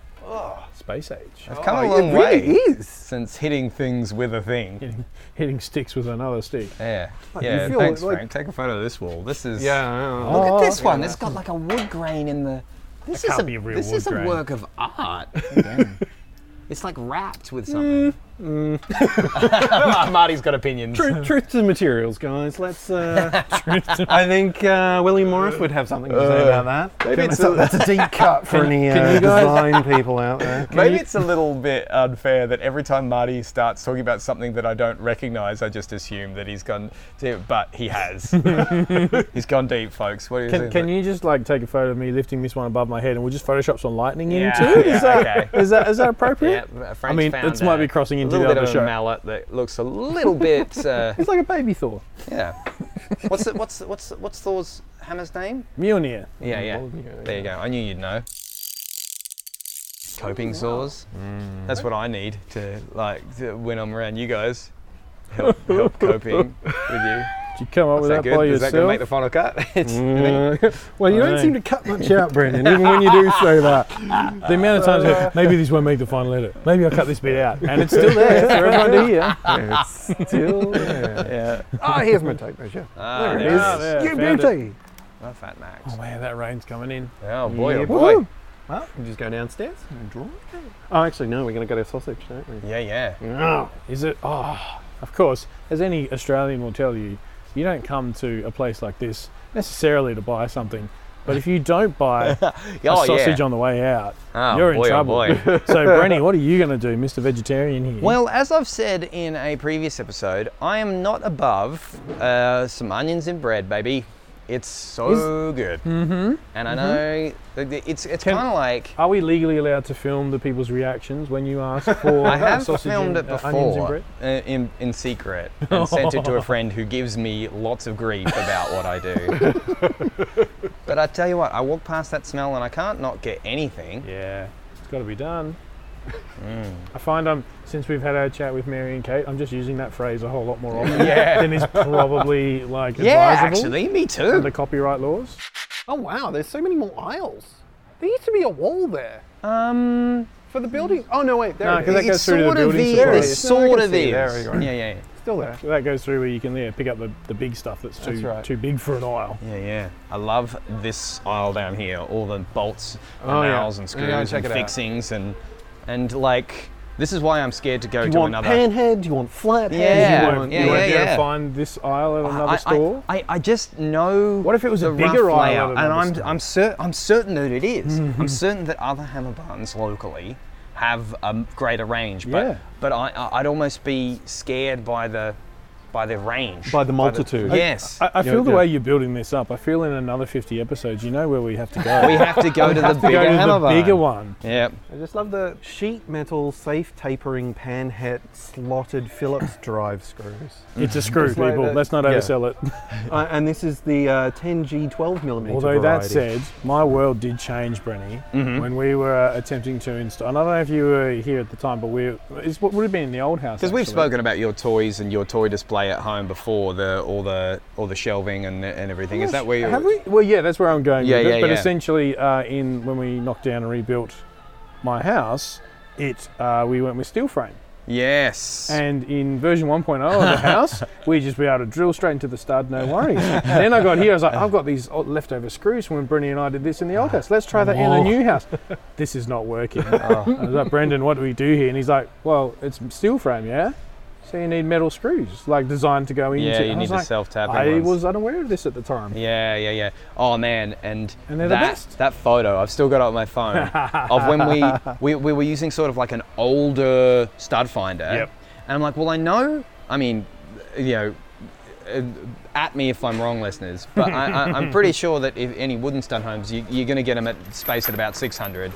Space age. I've come Oh, a long it really way is. since hitting things with a thing. Hitting, hitting sticks with another stick. Yeah. Like, you Yeah. feel Thanks, like- Frank. Take a photo of this wall. This is. Yeah. Look Oh, at this yeah. one. It's got like a wood grain in the. This is can't a, be a real this wood is a grain. work of art. it's like wrapped with something. Marty's got opinions. Truth, truth to the materials, guys. Let's. Uh, I think uh, William Morris would have something to say about that. maybe it's a- that's a deep cut for any uh, design people out there. Maybe it's a little bit unfair that every time Marty starts talking about something that I don't recognise, I just assume that he's gone deep, but he has. he's gone deep, folks. What do you Can, think? can you just like take a photo of me lifting this one above my head and we'll just Photoshop some lightning Yeah, into it? yeah, Is, that, okay. is that is that appropriate? Yeah, Frank's I mean, found this might a be crossing into little the bit other of show. a mallet that looks a little bit. Uh, It's like a baby Thor. yeah. What's the, what's the, what's the, what's Thor's hammer's name? Mjolnir. Yeah, yeah. There you go. I knew you'd know. Coping saws. Mm. That's what I need to like to, when I'm around you guys. Help, help coping with you. Did you come up Is with that that, good? by Is that going to yourself? Mm. make the final cut? It's- well, you don't know. seem to cut much out, Brendan, even when you do say that. the amount of times that, maybe this won't make the final edit. Maybe I'll cut this bit out, and it's still there for everyone to hear. It's still there. yeah. Oh, here's my tape measure. Ah, There there it it is. is. Yeah, you found it. beauty. Oh, fat Max. Oh man, that rain's coming in. Oh boy, oh Yeah, boy. boy. Well, we just go downstairs and draw. it. Oh, actually, no, we're going to go to sausage, don't we? Yeah, yeah. Is it? Oh, of course. As any Australian will tell you, you don't come to a place like this necessarily to buy something. But if you don't buy oh, a sausage yeah. on the way out, Oh, you're in boy, oh, trouble. boy. so, Brenny, what are you going to do, Mr. Vegetarian here? Well, as I've said in a previous episode, I am not above uh, some onions and bread, baby. It's so good. Mm-hmm. And I know that the- it's it's Can- kind of like are we legally allowed to film the people's reactions when you ask for I have Oh, sausage filmed and, it uh, onions and before bread? uh, in in secret and sent it to a friend who gives me lots of grief about what I do. but I tell you what, I walk past that smell and I can't not get anything. Yeah, it's got to be done. Mm. I find I'm since we've had our chat with Mary and Kate, I'm just using that phrase a whole lot more often than is probably like Yeah, advisable actually, me under too. copyright laws. Oh, wow, there's so many more aisles. There used to be a wall there Um, for the building. Oh, no, wait, there No, it because is. that goes it through to the sort of building is. It supplies. No, I can sort of see. is. There we go. Yeah, yeah, It's still there. That goes through where you can yeah, pick up the, the big stuff that's too That's right. too big for an aisle. yeah, yeah. I love this aisle down here. All the bolts, and Oh, yeah. nails, and Yeah, go and screws, and check it out. fixings, and and like this is why I'm scared to go Do to you want another. panhead? Do you want flathead? Yeah, Do You you won't, want, yeah, you won't yeah, be able yeah. to find this aisle at another I, I- store. I, I just know. What if it was a the bigger rough aisle layout, at And another I'm store? I'm, cer- I'm certain that it is. I'm certain that other hammer buttons locally have a m- greater range. But Yeah. but I- I I'd almost be scared by the by the range. By the multitude. yes. I, I Yeah, feel the yeah. way you're building this up. I feel in another 50 episodes, you know where we have to go. we have to go to the to bigger go to hammer the button. bigger one. Yep. I just love the sheet metal, safe tapering panhead slotted Phillips drive screws. It's a screw, It's like people. that- Let's not Mm-hmm. yeah. oversell it. Uh, and this is the uh, 10G 12 millimeter. Although that variety. Mm-hmm. said, my world did change, Brenny, when we were uh, attempting to install. And I don't know if you were here at the time, but we it's what would have been in the old house. Because we've actually. spoken about your toys and your toy display at home before, the all the all the shelving and and everything. Is that where you? Have we? Well, yeah, that's where I'm going. Yeah, with it. yeah, But yeah. essentially, uh, in when we knocked down and rebuilt my house, it uh, we went with steel frame, Yes. and in version 1.0 of the house, we just be able to drill straight into the stud, no worries. And then I got here, I was like, I've got these old- leftover screws from when Brendan and I did this in the old house. Let's try that in the new house. This is not working. Oh. I was like, Brendan, what do we do here? And he's like, Well, it's steel frame, yeah. So you need metal screws, like designed to go into. yeah, you I need was the like, self-tapping I ones. was unaware of this at the time. Yeah, yeah, yeah. Oh man, and, And they're the that, best. that photo I've still got it on my phone of when we, we we were using sort of like an older stud finder. Yep. And I'm like, well, I know. I mean, you know, uh, at me if I'm wrong, listeners. But I, I, I'm pretty sure that if any wooden stud homes, you, you're going to get them at space at about 600.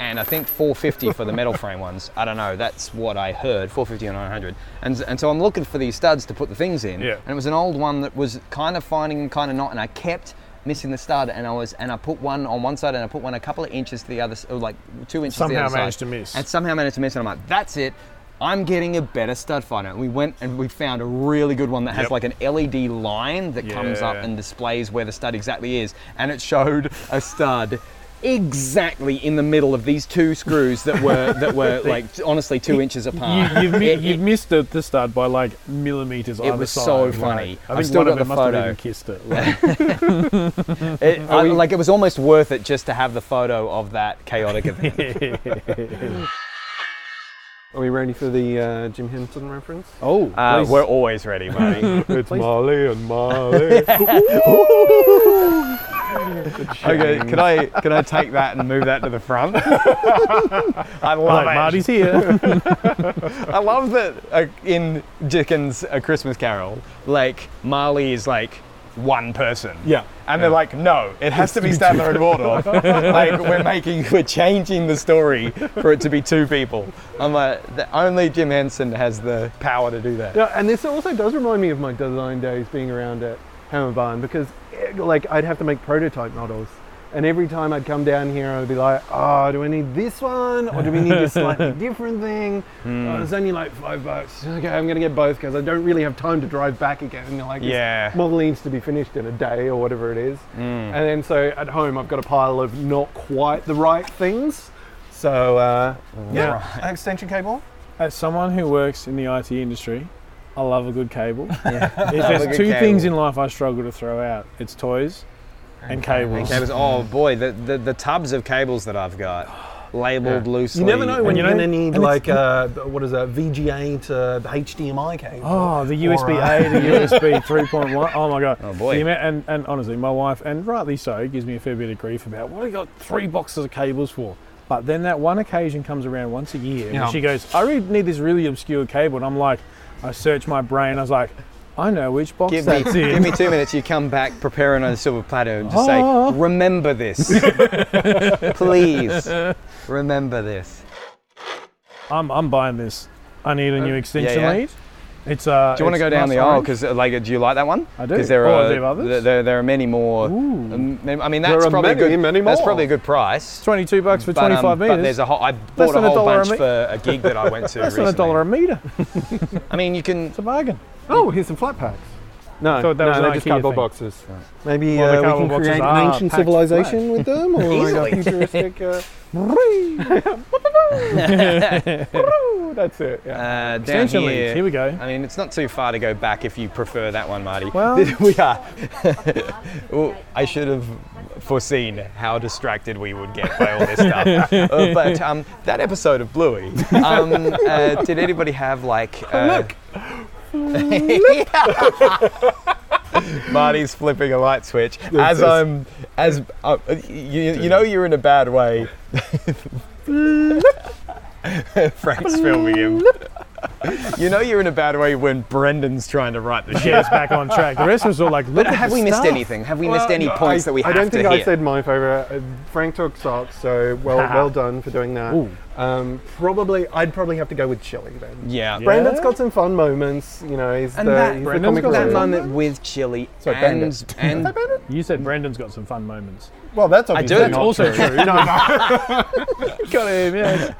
And I think 450 for the metal frame ones. I don't know. That's what I heard. 450 or 900. And, and so I'm looking for these studs to put the things in. Yeah. And it was an old one that was kind of finding and kind of not. And I kept missing the stud. And I was and I put one on one side and I put one a couple of inches to the other, s- or like two inches to the Somehow other managed side. to miss. And somehow managed to miss. And I'm like, that's it. I'm getting a better stud finder. And we went and we found a really good one that has Yep. like an LED line that comes up Yeah. and displays where the stud exactly is. And it showed a stud exactly in the middle of these two screws that were that were like honestly two inches apart. You, you've, mi- It- you've missed the, the stud by like millimeters. either was side, so like, funny. I I've think still one got of them the must have photo. even kissed it. like- It, I, like it was almost worth it just to have the photo of that chaotic event. Are we ready for the uh, Jim Henson reference? oh, Uh, please. we're always ready, buddy. It's Marley and Marley. okay, can I can I take that and move that to the front? I love Like, Marty's here. I love that uh, in Dickens' A Christmas Carol, like Marley is like one person. Yeah. And they're like, no, it has to be Statler and Waldorf. like we're making, we're changing the story for it to be two people. I'm like, the, only Jim Henson has the power to do that. Yeah, and this also does remind me of my design days being around at Hammer Barn because, eh, like, I'd have to make prototype models. And every time I'd come down here, I'd be like, oh, do I need this one? Or do we need this slightly different thing? Oh, it's only like five bucks. Okay, I'm going to get both because I don't really have time to drive back again. And like, this Yeah. model needs to be finished in a day or whatever it is. And then so at home, I've got a pile of not quite the right things. So, uh, yeah, extension cable. As someone who works in the IT industry, I love a good cable. if a there's good two things cable. in life I struggle to throw out, it's toys and cables. Cables. Oh boy, the, the, the tubs of cables that I've got labeled loosely. You never know when you you're know- going to need and it's- like uh, what is that VGA to HDMI cable. Oh, the USB Or, uh, A, the USB 3.1. Oh my god. Oh, boy. The amount- and, and honestly, my wife, and rightly so, gives me a fair bit of grief about what have you got three boxes of cables for? But then that one occasion comes around once a year, Yeah. and she goes, "I really need this really obscure cable," and I'm like, I search my brain, I was like, I know which box Give me, that's in. give me two minutes. You come back, prepare another silver platter, and just Oh. say, "Remember this, please. Remember this." I'm, I'm buying this. I need a new extension Oh, yeah. lead. It's uh. Do you want to it's go down nice the aisle? orange. Because like, do you like that one? I do. Because there Oh, are there are others? there- There, there are many more. Ooh. Um, I mean, that's are probably many, a good. many That's more. probably a good price. 22 bucks for But, um, 25 meters. But there's a whole. I Less bought a than a whole dollar a bunch me- for a gig that I went to Less than recently. a dollar a meter. I mean, you can. It's a bargain. Oh, here's some flat packs. No, thought that was no, an they're just IKEA cardboard thing. boxes. Maybe Well, the uh, we can cardboard boxes create are an ancient packed civilization with them, or like a Easily. futuristic. Uh, that's it. Yeah. Uh, down Extension here, leads. Here we go. I mean, it's not too far to go back if you prefer that one, Marty. Well- we are. Well, I should have foreseen how distracted we would get by all this stuff. Uh, but um, that episode of Bluey, um, uh, did anybody have like? Uh, Marty's flipping a light switch as I'm as uh, you, you know you're in a bad way. Frank's filming him. You know you're in a bad way when Brendan's trying to write the shit. Get us back on track. The rest of us are like, look at Have the we missed stuff. anything? Have we missed any points that we I have don't to think hit? I said my favourite. Uh, Frank took socks, so well, well done for doing that. Ooh. Um, probably, I'd probably have to go with Chili then. yeah. Brandon's got some fun moments, you know. He's And the, that, he's the Brendan's comic got that relief. moment with Chili Sorry, and, Bandit. and You said Brendan's got some fun moments. Well, that's do. obviously That's not also true. No, no. Got him, yeah.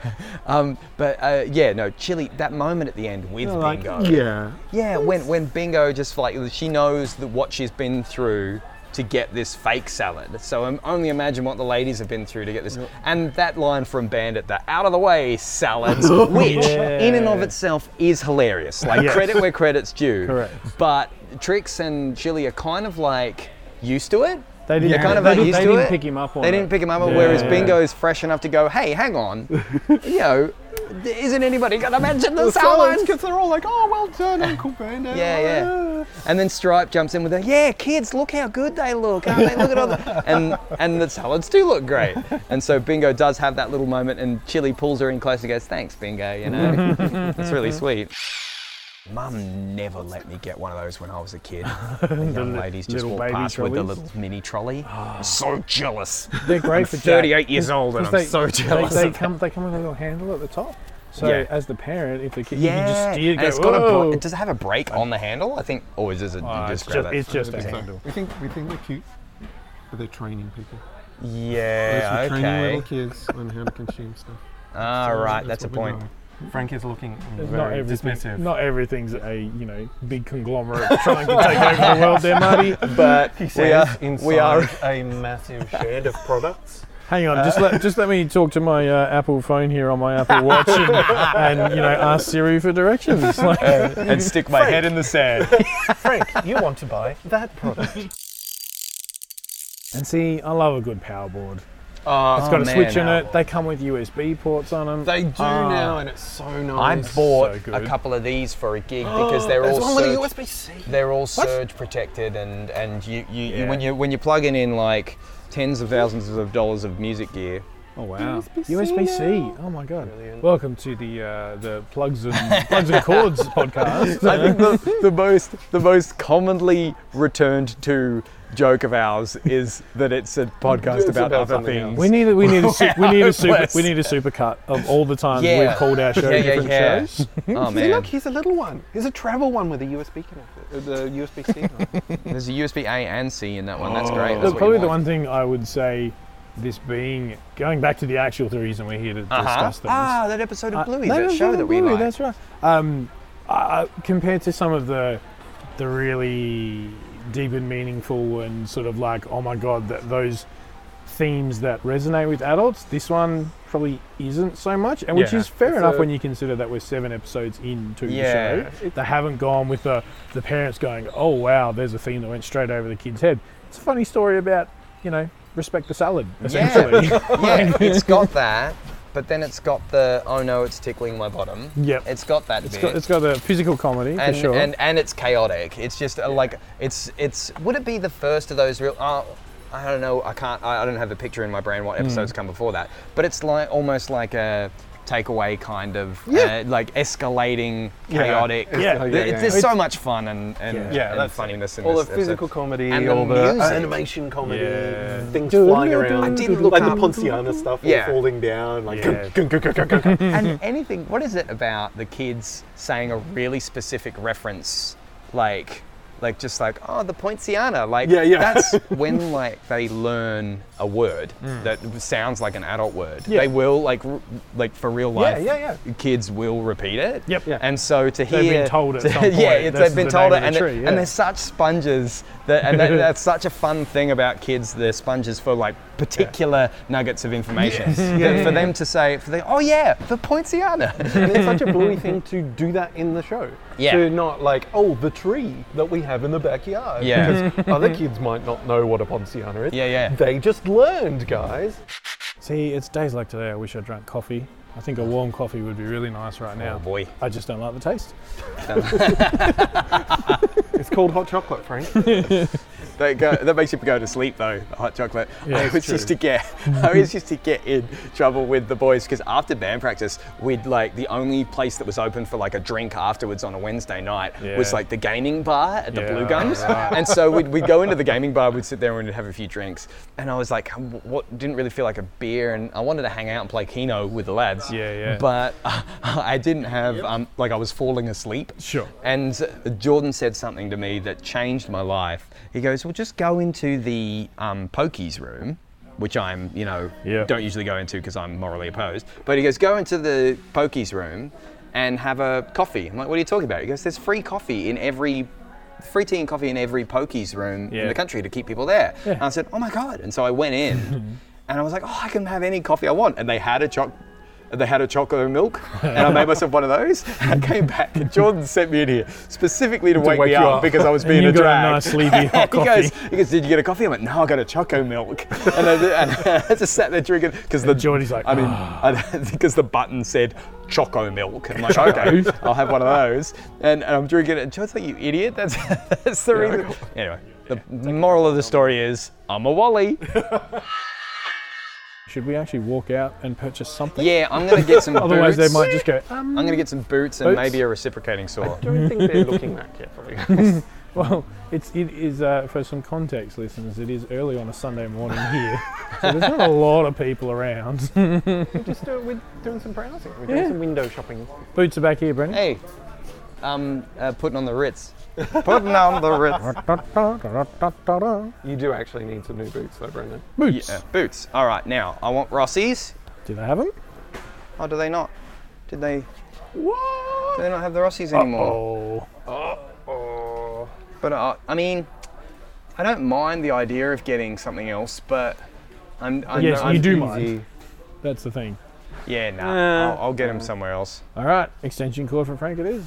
um, but uh, yeah, no, Chili. That moment at the end with Bingo. yeah. Yeah, when when Bingo just like she knows that what she's been through to get this fake salad. So um, only imagine what the ladies have been through to get this. And that line from Bandit, the out of the way salads, Oh, which in and of itself is hilarious. Like credit where credit's due. Correct. But Trix and Chili are kind of like used to it. They didn't, You're kind of they, like didn't- used they to didn't it. pick him up on They it. didn't pick him up on. Yeah. Whereas Bingo's fresh enough to go, hey, hang on, you know, isn't anybody gonna mention the salad? Because they're all like, oh, well done, Uncle Ah. Brandon. Yeah, yeah. And then Stripe jumps in with a, yeah, kids, look how good they look. Aren't they? Look at all the... And, and the salads do look great. And so Bingo does have that little moment and Chili pulls her in close and goes, thanks, Bingo, you know. That's really sweet. Mum never let me get one of those when I was a kid. The young ladies just little walk baby past with the trolleys. little mini trolley. I'm so jealous. They're great for Jack. 38 years old and I'm Because so they- jealous. They, of that. come, they come with a little handle at the top. So Yeah. as the parent, if the kid, you can yeah, just steer, and go, it's got a "Whoa." bra- does it have a brake on the handle? I think, or is it Oh, you it's just grab just, it? it's just a handle. We think, we think they're cute, but they're training people. yeah, okay. kids on how to consume stuff. All right, that's a point. Frank is looking Not very everything, dismissive. not everything's a you know big conglomerate trying to take over the world. There, Marty. But He says we are, inside we are. a massive shed of products. Hang on, Uh, just let just let me talk to my uh, Apple phone here on my Apple Watch and, and you know ask Siri for directions. Like, and stick Uh, my head in the sand. Frank, you want to buy that product. and see, I love a good power board. Oh, It's got a switch in it. They come with USB ports on them. They do now, and it's so I nice. Oh, bought good. a couple of these for a gig because they're all surge, C. they're all surge protected and and you, you, you when you when you're plugging in like tens of thousands of dollars of music gear. oh wow, USB C. Oh my god. Welcome to the uh, the plugs and plugs and cords podcast. I think the, the most the most commonly returned to joke of ours is that it's a podcast about, about other something things. We need a, we need a su- we need a super Bless. we need a super cut of all the times Yeah. we've called our show Yeah, yeah, different yeah. shows. oh See, man, look, here's a little one. Here's a travel one with a USB connector, uh, the USB C. one. there's a USB A and C in that one. That's great. That's Look, what you Oh. probably the want. one thing I would say, this being going back to the actual the reason we're here to discuss things. Ah, that episode of Bluey, Uh, that no, show no, that we Bluey, like. That's right. Um, I, I- compared to some of the the really deep and meaningful and sort of like, oh my god, that those themes that resonate with adults, this one probably isn't so much, and which Yeah. is fair enough a- when you consider that we're seven episodes into Yeah. the show. They haven't gone with the the parents going, oh wow, there's a theme that went straight over the kid's head. It's a funny story about you know, respect the salad, Yeah, essentially. yeah, it's got that, but then it's got the oh no, it's tickling my bottom. Yep. it's got that It's bit. got, it's got a physical comedy, and, for sure. and and it's chaotic. It's just uh like it's it's. Would it be the first of those real? Oh, I don't know. I can't. I, I don't have a picture in my brain what Mm. episodes come before that. But it's like almost like a takeaway kind of uh, like escalating chaotic. Yeah. Th- Yeah, yeah, There's yeah. so much fun and and, Yeah, and that's funniness in all the this physical episode. comedy, And the all the uh, music. animation comedy, Yeah. things flying around. I did look like the up- Ponciana stuff, all Yeah. falling down, like Yeah. gung, gung, gung, gung, gung, gung. Mm-hmm. and anything what is it about the kids saying a really specific reference like like just like oh the poinciana like Yeah, yeah. that's when like they learn a word that sounds like an adult word Mm. Yeah. they will like r- like for real life yeah, kids will repeat it Yep. Yeah. and so to hear been told at some point, yeah it's, this they've is been the told it name of and, the it- tree, and yeah. they're such sponges that, and that, that's such a fun thing about kids they're sponges for like particular nuggets of information That for them to say for them oh yeah the poinciana And it's such a bully thing to do that in the show. Yeah. To not like, oh, the tree that we have in the backyard. Yeah. Because other kids might not know what a Ponciana is. Yeah, yeah. They just learned, guys. See, it's days like today. I wish I drank coffee. I think a warm coffee would be really nice right now. oh boy I just don't like the taste. It's called hot chocolate, Frank. that, go, that makes you go to sleep though the hot chocolate Yeah, I it's was just to get I was just to get in trouble with the boys because after band practice we'd like the only place that was open for like a drink afterwards on a Wednesday night was Yeah. like the gaming bar at the Yeah, Blue Gums and so we'd, we'd go into the gaming bar we'd sit there and we'd have a few drinks and I was like "Um, "Wh- what didn't really feel like a beer and I wanted to hang out and play Keno with the lads Yeah, yeah. but I didn't have um, like I was falling asleep Sure. and Jordan said something to me that changed my life. He goes, "Well, just go into the um, pokies room." Which I'm, you know, Yeah. don't usually go into because I'm morally opposed. But he goes, go into the pokies room and have a coffee. I'm like, what are you talking about? He goes, there's free coffee in every, free tea and coffee in every pokies room in Yeah. the country to keep people there. And I said, oh my god. And so I went in, and I was like, oh, I can have any coffee I want. And they had a choc they had a chocolate and milk, and I made myself one of those. I came back, and Jordan sent me in here specifically to, wake, wake me you up, up. because I was And being you a got a drag. nice sleepy hot he goes, coffee. he goes, did you get a coffee? I went, no, I got a choco milk, and I, and I just sat there drinking because the Jordy's like, "Ah." I mean, because the button said choco milk. I'm like, okay, I'll have one of those, and, and I'm drinking it. And Jordan's like, you idiot, that's that's the reason. Anyway, the moral of the story is, I'm a wally. Should we actually walk out and purchase something? Yeah, I'm gonna get some. Otherwise, boots. they might just go. Um, I'm gonna get some boots and Boots? maybe a reciprocating saw. don't think they're looking that carefully. Well, it's it is uh, for some context, listeners. It is early on a Sunday morning here, so there's not a lot of people around. just do it with doing some browsing. We're doing Yeah. some window shopping. Boots are back here, Brendan. Hey, um, uh, putting on the Ritz. putting on the Ritz. You do actually need some new boots, though, Brendan. Boots. Yeah, boots. All right, now I want Rossies. Do they have them? Oh, do they not? Did they? What? Do they not have the Rossies anymore? Oh, Oh. But uh, I mean, I don't mind the idea of getting something else, but I'm. I'm yes, I'm you do easy. mind. That's the thing. Yeah, nah. I'll, I'll get him somewhere else. All right, extension cord for Frank. It is.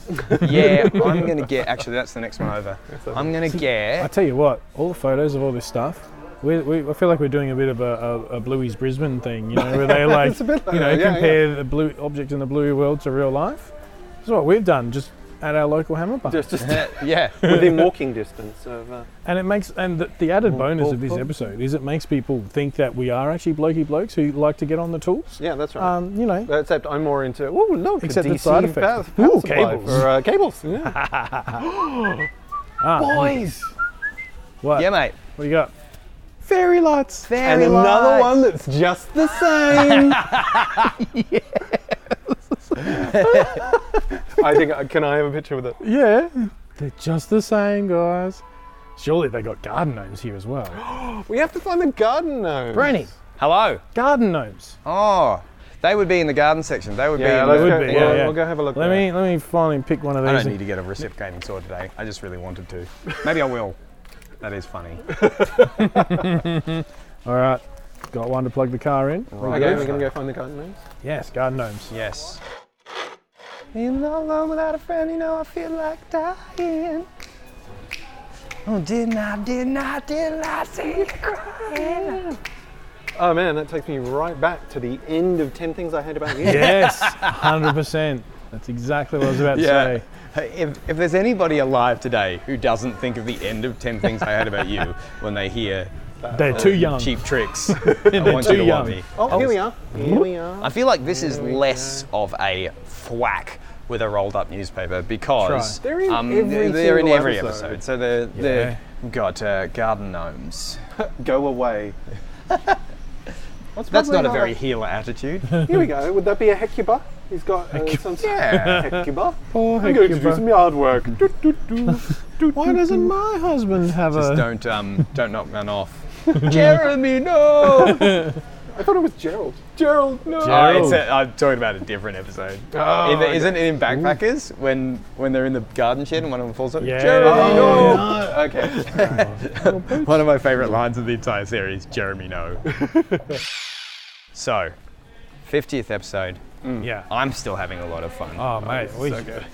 Yeah, I'm gonna get. Actually, that's the next one over. I'm gonna I get. tell you what, all the photos of all this stuff, we, we, I feel like we're doing a bit of a, a, a Bluey's Brisbane thing, you know, where they like, a bit like you know, that, yeah, compare the blue object in the Bluey world to real life. That's what we've done, just at our local hammer bar. Just, just yeah. within walking distance of. Uh, and it makes, and the, the added bonus of this episode is it makes people think that we are actually blokey blokes who like to get on the tools. yeah, that's right. Um, you know, Except I'm more into. Oh look, Except a the DC side effects. power- power Ooh, supply cables. for, uh, cables. Yeah. ah, Boys, what, Yeah, mate. what do you got? Fairy lights. Fairy and another one that's just the same. I think. uh, Can I have a picture with it? Yeah, they're just the same, guys. Surely they got garden gnomes here as well. We have to find the garden gnome. Brenny, Hello. garden gnomes. Oh, they would be in the garden section. They would Yeah, be. they In the, would be, We'll, yeah, yeah. we'll go have a look. Let there. me let me finally pick one of I these. don't need and- to get a reciprocating saw today. I just really wanted to. Maybe I will. That is funny. All right, got one to plug the car in. Right. Okay, we're gonna go find the garden gnomes. Yes, garden gnomes. Yes. Being all alone without a friend, you know I feel like dying. Oh, didn't I, didn't I, didn't I see you crying? Oh man, that takes me right back to the end of 10 Things I Hate About You. Yes, 100%. That's exactly what I was about to Yeah. say. Hey, If, if there's anybody alive today who doesn't think of the end of 10 Things I Hate About You when they hear They're too young. cheap tricks, I want you too to young. want me. Oh, here we are. Mm-hmm. Here we are. I feel like this is less of a thwack with a rolled up newspaper because um, They're in right. every they're in single every episode. episode. So they're, they're we've got uh, garden gnomes. Go away. That's probably not a not very a- healer attitude. Here we go. Would that be a Hecuba? He's got uh, some yeah. Hecuba. Poor I'm going to Hecuba. do some yard work. Do, do, do, do, Why do, doesn't do. my husband have Just a. don't um, don't knock none off. Jeremy, no. I thought it was Gerald. Gerald, no. Oh, it's a, I'm talking about a different episode. Oh, In the- isn't it in Backpackers when when they're in the garden shed and one of them falls over? Yeah. Jeremy, no. Oh, no. Okay. One of my favourite lines of the entire series: Jeremy, no. so, 50th episode. Yeah. I'm still having a lot of fun. Oh, mate. we-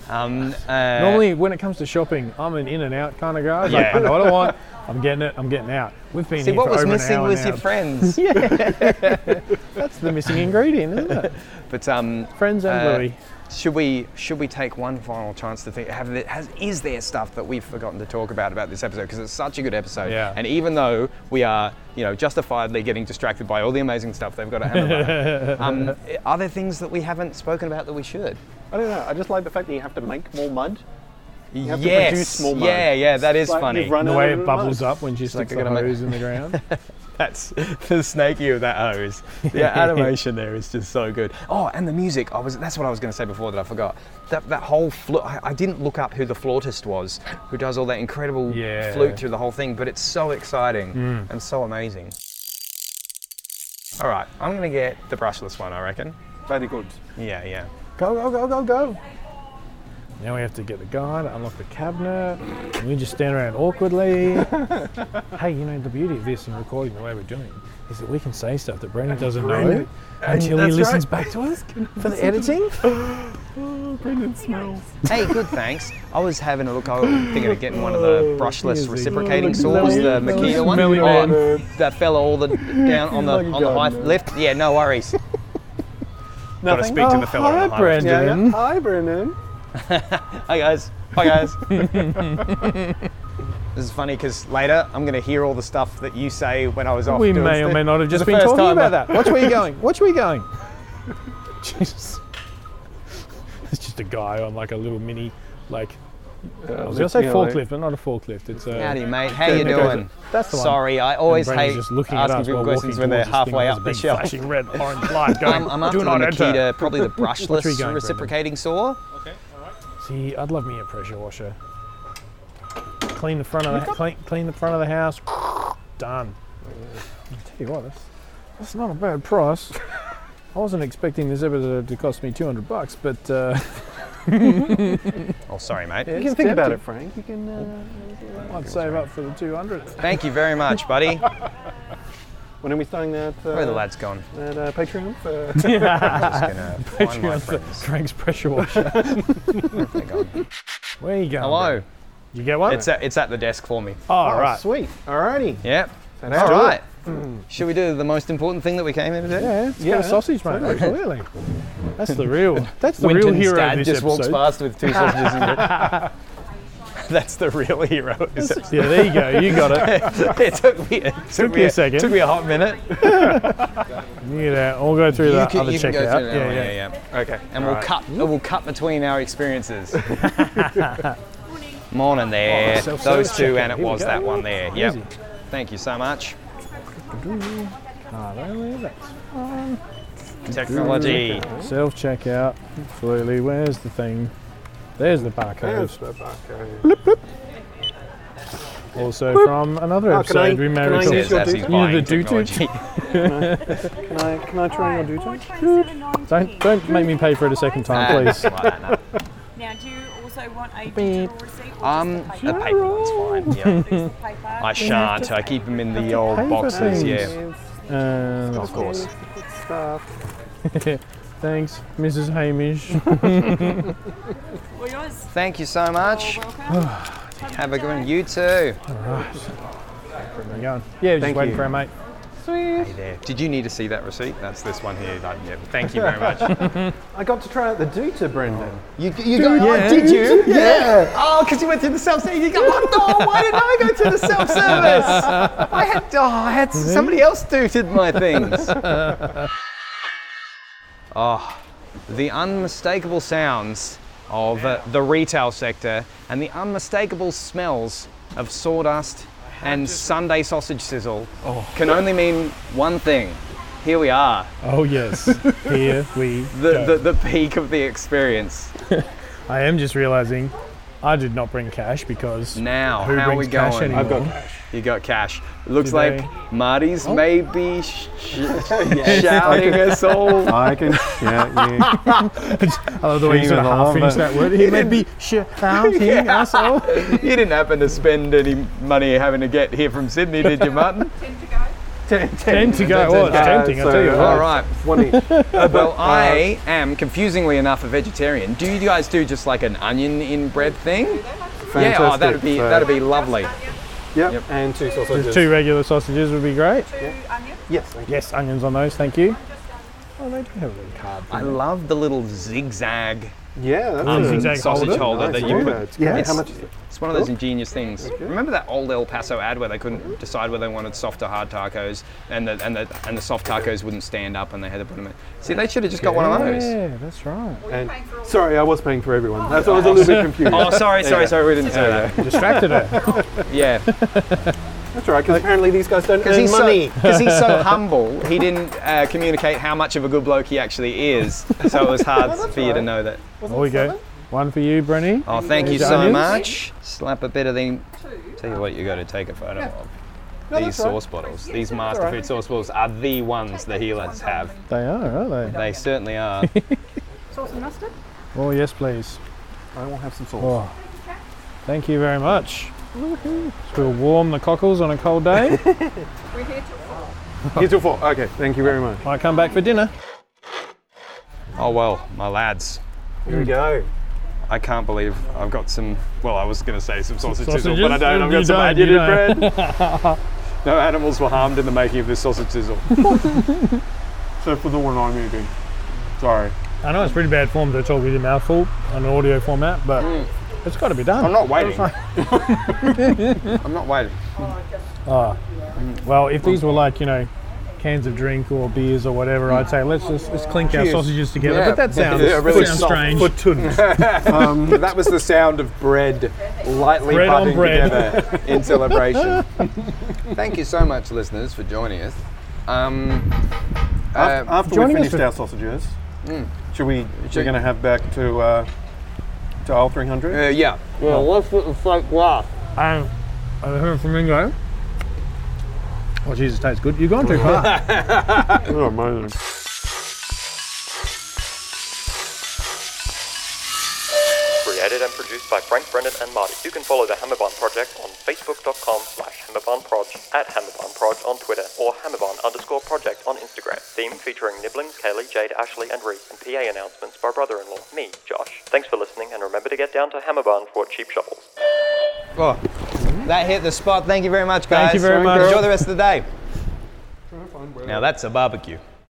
Um, uh, Normally, when it comes to shopping, I'm an in and out kind of guy. It's Like, Yeah. I know what I want. I'm getting it. I'm getting out. We've been see here what for was over an missing hour was now. your friends. That's the missing ingredient, isn't it? But um, Friends and Uh, Louis. Should we should we take one final chance to think? Have the, has, is there stuff that we've forgotten to talk about about this episode? Because it's such a good episode. Yeah. And even though we are, you know, justifiably getting distracted by all the amazing stuff they've got at Hammerbone, um, are there things that we haven't spoken about that we should? I don't know. I just like the fact that you have to make more mud. You have to yes. produce more money. yeah, yeah, that is Like, funny. you've run The out way of it bubbles mud. up when she sticks like I the gotta make- hose in the ground. That's the snaky of that hose. The animation there is just so good. Oh, and the music. I was. That's what I was going to say before that I forgot. That that whole flute. I, I didn't look up who the flautist was, who does all that incredible Yeah. flute through the whole thing. But it's so exciting and so amazing. All right, I'm going to get the brushless one. I reckon. Very good. Yeah, yeah. Go, go, go, go, go. Now we have to get the guide, unlock the cabinet, and we just stand around awkwardly. hey, you know, the beauty of this and recording the way we're doing it is that we can say stuff that Brendan doesn't know until he that's listens right. back to us for the editing. Hey, good. Thanks. I was having a look. I was thinking of getting one of Oh, the brushless reciprocating saws, the Makita one. Smelly man. Oh, that fella all the down on the He's on like a the high gardener. left. Yeah, no worries. Gotta Nothing? speak to the fella on the Oh, hi, high left. Yeah, yeah. Brendan. Hi, Brennan. Hi guys. Hi guys. this is funny because later I'm gonna hear all the stuff that you say when I was off. We doing may or stuff. may not have just The been first talking time about I- that. Watch where you're going. Watch where you're going. Jesus. It's just a guy on like a little mini, like, I was going to say you know, like- forklift, but not a forklift. It's a. Howdy, mate. How you Goes- doing? That's the one. Sorry, I always Brendan's hate just looking at asking us people while questions walking when they're towards this thing halfway with up a the big shelf. Um, Flashing red, orange light going. I'm, I'm after Do the not enter. Makita, probably the Where are brushless you going, reciprocating saw. See, I'd love me a pressure washer. Clean the front of the clean, clean the front of the house. Done. I tell you what, that's, that's not a bad price. I wasn't expecting this episode to cost me 200 bucks, but uh, Oh, sorry, mate. You can think about it, Frank. You can. Uh, I'd save up for the 200. Thank you very much, buddy. when are we starting that? Uh, Where the lad's gone? That uh, Patreon for Just gonna find my friends. Frank's pressure washer. They're gone. Where you going? Hello. You get one? It's at, it's at the desk for me. oh, right. sweet. Alrighty. Yep. how All do right. Should we do the most important thing that we came here to do? Yeah, it's Yeah, got a sausage, mate. Absolutely. That's the real. That's the real Winton's hero dad of this just walks episode. past with two sausages in it. That's the real hero. of this episode. Yeah, there you go. You got it. it took me, it took me a second. Took me a hot minute. You get out. We'll go through the you can, other you can check go out. through that one, yeah, yeah. Okay. And we'll cut. We'll cut between our experiences. Morning there. Oh, self-service Those two, checkout. and it Here we was go. that one there. Yep. Easy. Thank you so much. Ah, really? That's Technology. Self checkout, absolutely. Where's the thing? There's the barcode. Yes, we're back, uh, Also from another Oh, can I- episode we can I married. use Says your as he's doo-doo? You know, buying the doo-doo? technology. Can I can I try your Alright, do four times seven, nine Don't feet. don't make me pay for it a second time, please. Like that, no. Now, do you also want a digital receipt? Or Um, just a the paper? paper one's fine. Yeah. There's the paper. I shan't. I keep them in the old paper boxes. things. Yeah. Um, Of course. thanks, Mrs. Hamish. Well, yours. Thank you so much. You're welcome. Have a good one. You too. Where am I going? Yeah, just Thank waiting you. for our mate. Hey there. Did you need to see that receipt? That's this one here. Like, yeah, thank you very much. I got to try out the Duta, Brendan. You, you got, oh, did you? Yeah. Oh, because you went to the self service. You go, what the? Why did I go to the self service? I had, oh, I had somebody else dooted my things. oh, Ah, the unmistakable sounds of uh, the retail sector and the unmistakable smells of sawdust and Sunday sausage sizzle can only mean one thing. Here we are, Oh yes, here we the, go. the, the peak of the experience. I am just realizing I did not bring cash because Now, who how are brings we cash going? anymore? I've got cash. You got cash. Looks Do like they- Marty's Oh. maybe sh- sh- shouting us all. I can shout you. I love the way you sort Shouting of half along, finished but- that word. He may be shouting us all. You didn't happen to spend any money having to get here from Sydney, did you, Martin? Ten to go. Ten to go. Oh, it's Uh, tempting. I tell you so, what. All right. One each. Well, uh, I am confusingly enough a vegetarian. Do you guys do just like an onion in bread thing? Yeah. Oh, that'd Fantastic. be So- that'd be lovely. Yep. Yep. And two sausages. Just two regular sausages would be great. Two onions. Yes. Thank you. Yes, onions on those. Thank you. Oh, they do have a little card. I love the little zigzag Yeah. That's Um, a zigzag sausage holder. holder nice that you order. put Yeah. it's- How much is it? It's one of those ingenious things. Remember that old El Paso ad where they couldn't decide whether they wanted soft or hard tacos, and the and the and the soft tacos wouldn't stand up, and they had to put them in. See, they should have just got one of those. Yeah, that's right. And, Paying for all sorry, I was paying for everyone. That's, I was a little bit confused. Oh, sorry, sorry, sorry, we didn't say that. Distracted eh? her. Yeah, That's all right. Because apparently these guys don't because earn he's money. so because he's so humble, he didn't uh, communicate how much of a good bloke he actually is. So it was hard for you to know that. There we go. One for you, Brenny. Oh, thank you These so onions? much. Slap a bit of the. two. Tell you what, you got to take a photo of. These that's right. sauce bottles, these master food sauce bottles, are the ones the Healers have. They are, aren't they? They certainly are. Sauce and mustard. Oh yes, please. I will have some sauce. Oh, thank you very much. So we'll warm the cockles on a cold day. We're here till four. Here's your fork. Okay. Thank you very much. Might come back for dinner. Oh well, my lads, Here we go. I can't believe I've got some. Well, I was going to say some sausage sizzle, Sausages? but I don't. I've You got some don't, onion you in bread. no animals were harmed in the making of this sausage sizzle. So for the one I'm eating. Sorry. I know it's pretty bad form to talk with your mouth full on an audio format, but it's got to be done. Mm. I'm not waiting. I'm not waiting. Well, if these were like you know cans of drink or beers or whatever, I'd say let's just let's clink our sausages together. Yeah. But that sounds, Yeah, really sounds soft. strange. Um, that was the sound of bread lightly Bread on butting bread. together in celebration. Thank you so much, listeners, for joining us. Um, uh, After we joining us finished for- our sausages, should we? We're going to have back to uh, to aisle uh, 300. yeah. Um, I heard from Ingo. Oh, Jesus, tastes good. You've gone too far. Oh, amazing. Created and produced by Frank Brennan and Marty. You can follow the Hammerbond Project on facebook.com slash hammerbondproj, at hammerbondproj on Twitter, or hammerbond underscore project on Instagram. Theme featuring Nibblings, Kaylee, Jade, Ashley, and Reese, and PA announcements by brother-in-law, me, Josh. Thanks for listening, and remember to get down to Hammerbond for cheap shovels. Oh, that hit the spot. Thank you very much, guys. Thank you very much. Enjoy the rest of the day. Now that's a barbecue.